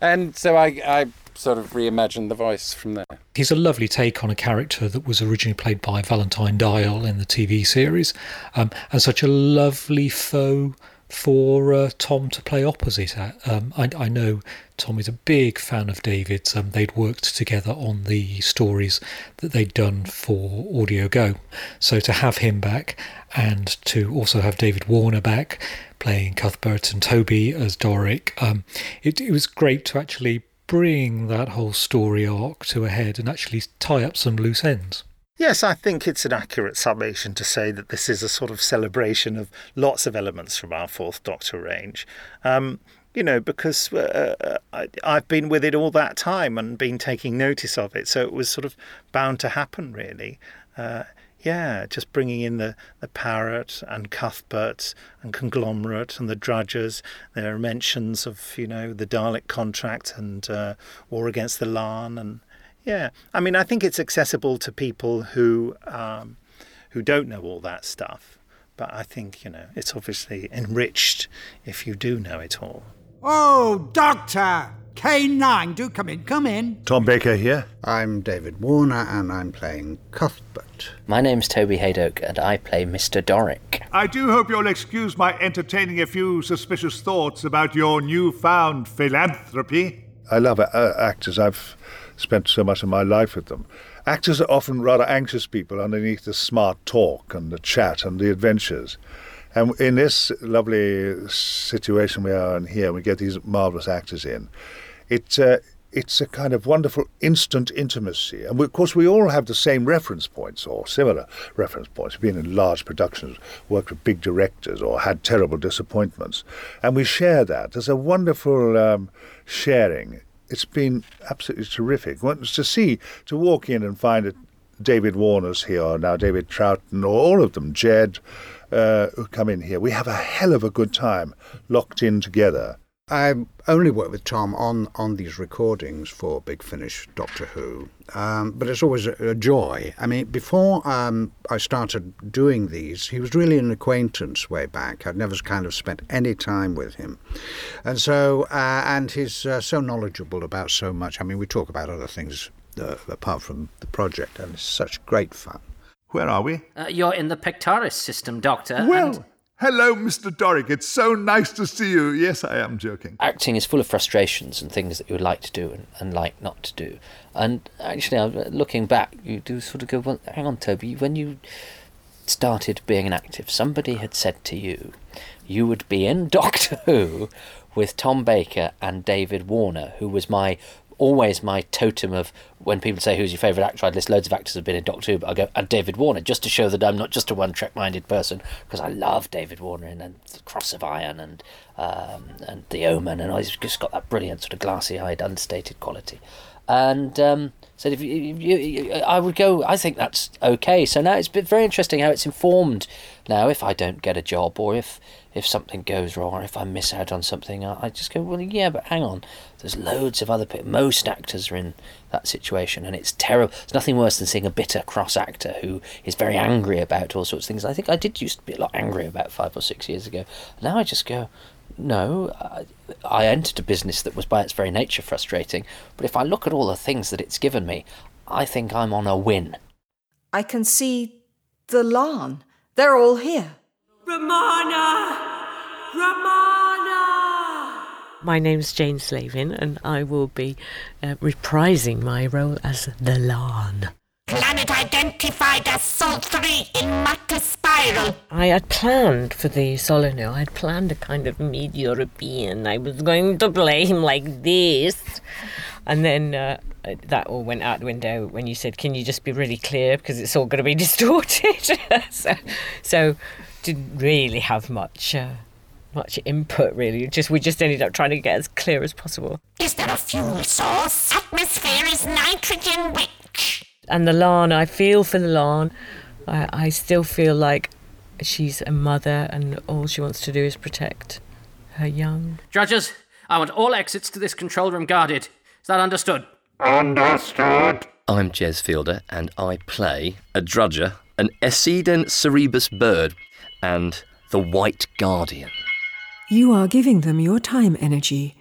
Speaker 9: and so I, I sort of reimagined the voice from there.
Speaker 36: He's a lovely take on a character that was originally played by Valentine Dial in the TV series, um, and such a lovely foe for uh, Tom to play opposite at. Um, I, I, know Tom is a big fan of David's. Um, they'd worked together on the stories that they'd done for Audio Go. So to have him back and to also have David Warner back playing Cuthbert and Toby as Doric, um, it, it was great to actually bring that whole story arc to a head and actually tie up some loose ends.
Speaker 31: Yes, I think it's an accurate summation to say that this is a sort of celebration of lots of elements from our Fourth Doctor range. Um, you know, because uh, I, I've been with it all that time and been taking notice of it, so it was sort of bound to happen, really. Uh, yeah, just bringing in the, the parrot and Cuthbert and conglomerate and the drudgers. There are mentions of, you know, the Dalek contract and uh, war against the Larn. And yeah, I mean, I think it's accessible to people who, um, who don't know all that stuff. But I think, you know, it's obviously enriched if you do know it all.
Speaker 37: Oh, Doctor! K9, do come in, come in.
Speaker 1: Tom Baker here.
Speaker 8: I'm David Warner and I'm playing Cuthbert.
Speaker 38: My name's Toby Haydock and I play Mr. Doric.
Speaker 39: I do hope you'll excuse my entertaining a few suspicious thoughts about your newfound philanthropy.
Speaker 1: I love uh, actors. I've spent so much of my life with them. Actors are often rather anxious people underneath the smart talk and the chat and the adventures. And in this lovely situation we are in here, we get these marvelous actors in. It, uh, it's a kind of wonderful instant intimacy. And we, of course, we all have the same reference points or similar reference points. We've been in large productions, worked with big directors, or had terrible disappointments. And we share that. There's a wonderful um, sharing. It's been absolutely terrific. To see, to walk in and find it, David Warner's here, now David Troughton, or all of them, Jed, uh, who come in here. We have a hell of a good time locked in together.
Speaker 8: I only work with Tom on, on these recordings for Big Finish Doctor Who, um, but it's always a, a, joy. I mean, before um, I started doing these, he was really an acquaintance way back. I'd never kind of spent any time with him. And so, uh, and he's uh, so knowledgeable about so much. I mean, we talk about other things uh, apart from the project, and it's such great fun.
Speaker 1: Where are we?
Speaker 38: Uh, you're in the Pectoris system, Doctor.
Speaker 1: Well,
Speaker 38: and-
Speaker 1: hello, Mr. Doric. It's so nice to see you. Yes, I am joking.
Speaker 38: Acting is full of frustrations and things that you would like to do and, and like not to do. And actually, uh, looking back, you do sort of go, well, hang on, Toby, when you started being an active, somebody had said to you, you would be in Doctor Who with Tom Baker and David Warner, who was my always my totem of when people say who's your favourite actor, I'd list loads of actors have been in Doctor Who, but I go and David Warner just to show that I'm not just a one-track-minded person because I love David Warner and, and the Cross of Iron and um, and The Omen and he's just got that brilliant sort of glassy-eyed, understated quality. And um, so if you, if you, you, I would go, I think that's okay. So now it's been very interesting how it's informed. Now, if I don't get a job or if if something goes wrong or if I miss out on something, I, I, just go, well, yeah, but hang on. There's loads of other people. Most actors are in that situation, and it's terrible. It's nothing worse than seeing a bitter cross actor who is very angry about all sorts of things. I think I did used to be a lot angry about five or six years ago. Now I just go, no, I, I entered a business that was by its very nature frustrating, but if I look at all the things that it's given me, I think I'm on a win.
Speaker 4: I can see the lawn. They're all here.
Speaker 40: Romana! Romana! My name's Jane Slavin, and I will be uh, reprising my role as the Larn.
Speaker 2: Planet identified as Sol 3 in Matter Spiral.
Speaker 40: I had planned for the Solano. I had planned a kind of mid European. I was going to play him like this. And then uh, uh, that all went out the window when you said, "Can you just be really clear because it's all going to be distorted." so, so didn't really have much uh, much input really. Just we just ended up trying to get as clear as possible.
Speaker 5: Is there a fuel source? Atmosphere is nitrogen rich.
Speaker 40: And the Lan, I feel for the Lan. I, I still feel like she's a mother and all she wants to do is protect her young.
Speaker 38: Judges, I want all exits to this control room guarded. Is that understood?
Speaker 41: Understood.
Speaker 42: I'm Jez Fielder, and I play a drudger, an Essedent cerebus bird, and the White Guardian.
Speaker 43: You are giving them your time energy.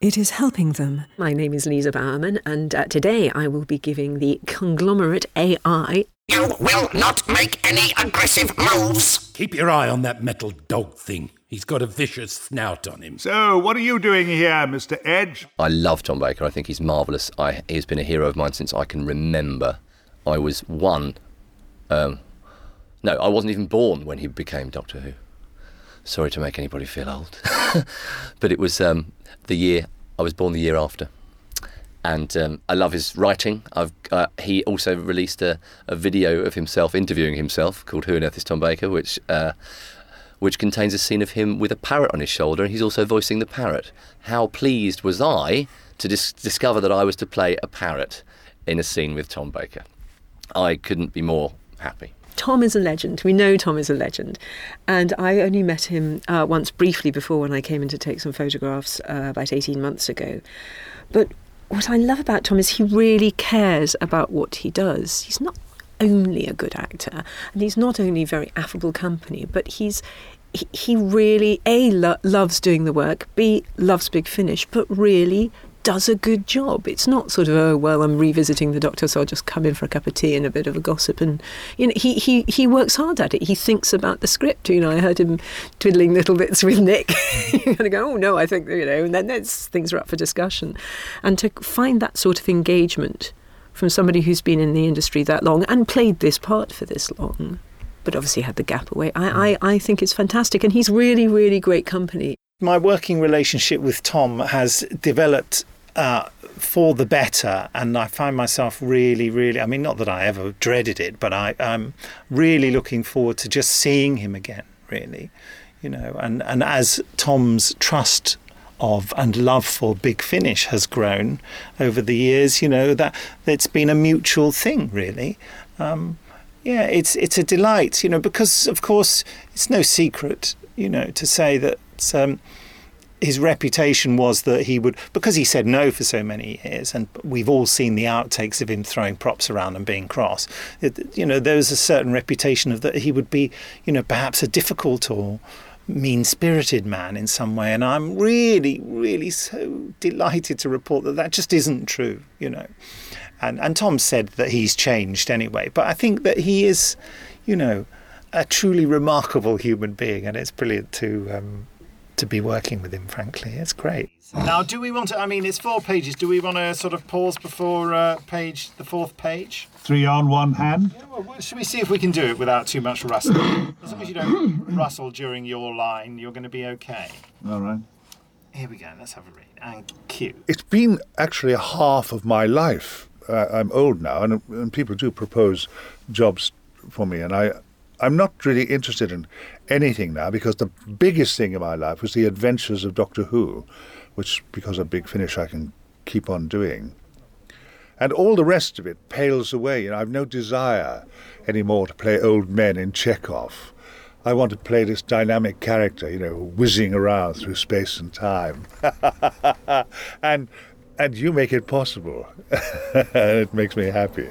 Speaker 43: It is helping them.
Speaker 23: My name is Lisa Bowerman, and uh, today I will be giving the conglomerate AI
Speaker 5: You will not make any aggressive moves.
Speaker 6: Keep your eye on that metal dog thing. He's got a vicious snout on him.
Speaker 44: So, what are you doing here, Mr. Edge?
Speaker 42: I love Tom Baker. I think he's marvellous. I, he's been a hero of mine since I can remember. I was one. Um, no, I wasn't even born when he became Doctor Who. Sorry to make anybody feel old. but it was um, the year I was born the year after. And um, I love his writing. I've, uh, he also released a, a video of himself interviewing himself called Who on Earth is Tom Baker, which uh, which contains a scene of him with a parrot on his shoulder, and he's also voicing the parrot. How pleased was I to dis- discover that I was to play a parrot in a scene with Tom Baker? I couldn't be more happy.
Speaker 23: Tom is a legend. We know Tom is a legend. And I only met him uh, once briefly before when I came in to take some photographs uh, about 18 months ago. But what I love about Tom is he really cares about what he does. He's not only a good actor and he's not only very affable company, but he's he- he really a lo- loves doing the work, b loves Big Finish, but really does a good job. It's not sort of oh well, I'm revisiting the Doctor, so I'll just come in for a cup of tea and a bit of a gossip. And you know, he he he works hard at it. He thinks about the script. You know, I heard him twiddling little bits with Nick. You're going to go, oh no, I think you know, and then that's, things are up for discussion. And to find that sort of engagement from somebody who's been in the industry that long and played this part for this long, but obviously had the gap away. I, I, I think it's fantastic, and he's really, really great company.
Speaker 31: My working relationship with Tom has developed uh, for the better, and I find myself really, really. I mean, not that I ever dreaded it, but I, I'm really looking forward to just seeing him again, really. You know, and, and as Tom's trust of and love for Big Finish has grown over the years, you know, that it's been a mutual thing, really. Um, yeah, it's it's a delight, you know, because of course it's no secret, you know, to say that um, his reputation was that he would because he said no for so many years, and we've all seen the outtakes of him throwing props around and being cross. It, you know, there was a certain reputation of that he would be, you know, perhaps a difficult or mean-spirited man in some way, and I'm really, really so delighted to report that that just isn't true, you know and and Tom said that he's changed anyway, but I think that he is, you know, a truly remarkable human being, and it's brilliant to um, to be working with him. Frankly, it's great. Now, do we want to? I mean, it's four pages. Do we want to sort of pause before uh, page the fourth page?
Speaker 44: Three on one hand?
Speaker 31: Yeah, well, well, should we see if we can do it without too much rustling? As long as you don't rustle during your line, you're going to be okay.
Speaker 44: All right.
Speaker 31: Here we go. Let's have a read. And cue.
Speaker 1: It's been actually half of my life. Uh, I'm old now, and, and people do propose jobs for me, and I, I'm not really interested in anything now because the biggest thing in my life was the adventures of Doctor Who, which, because of Big Finish, I can keep on doing. And all the rest of it pales away. You know, I've no desire anymore to play old men in Chekhov. I want to play this dynamic character, you know, whizzing around through space and time. and and you make it possible. and it makes me happy.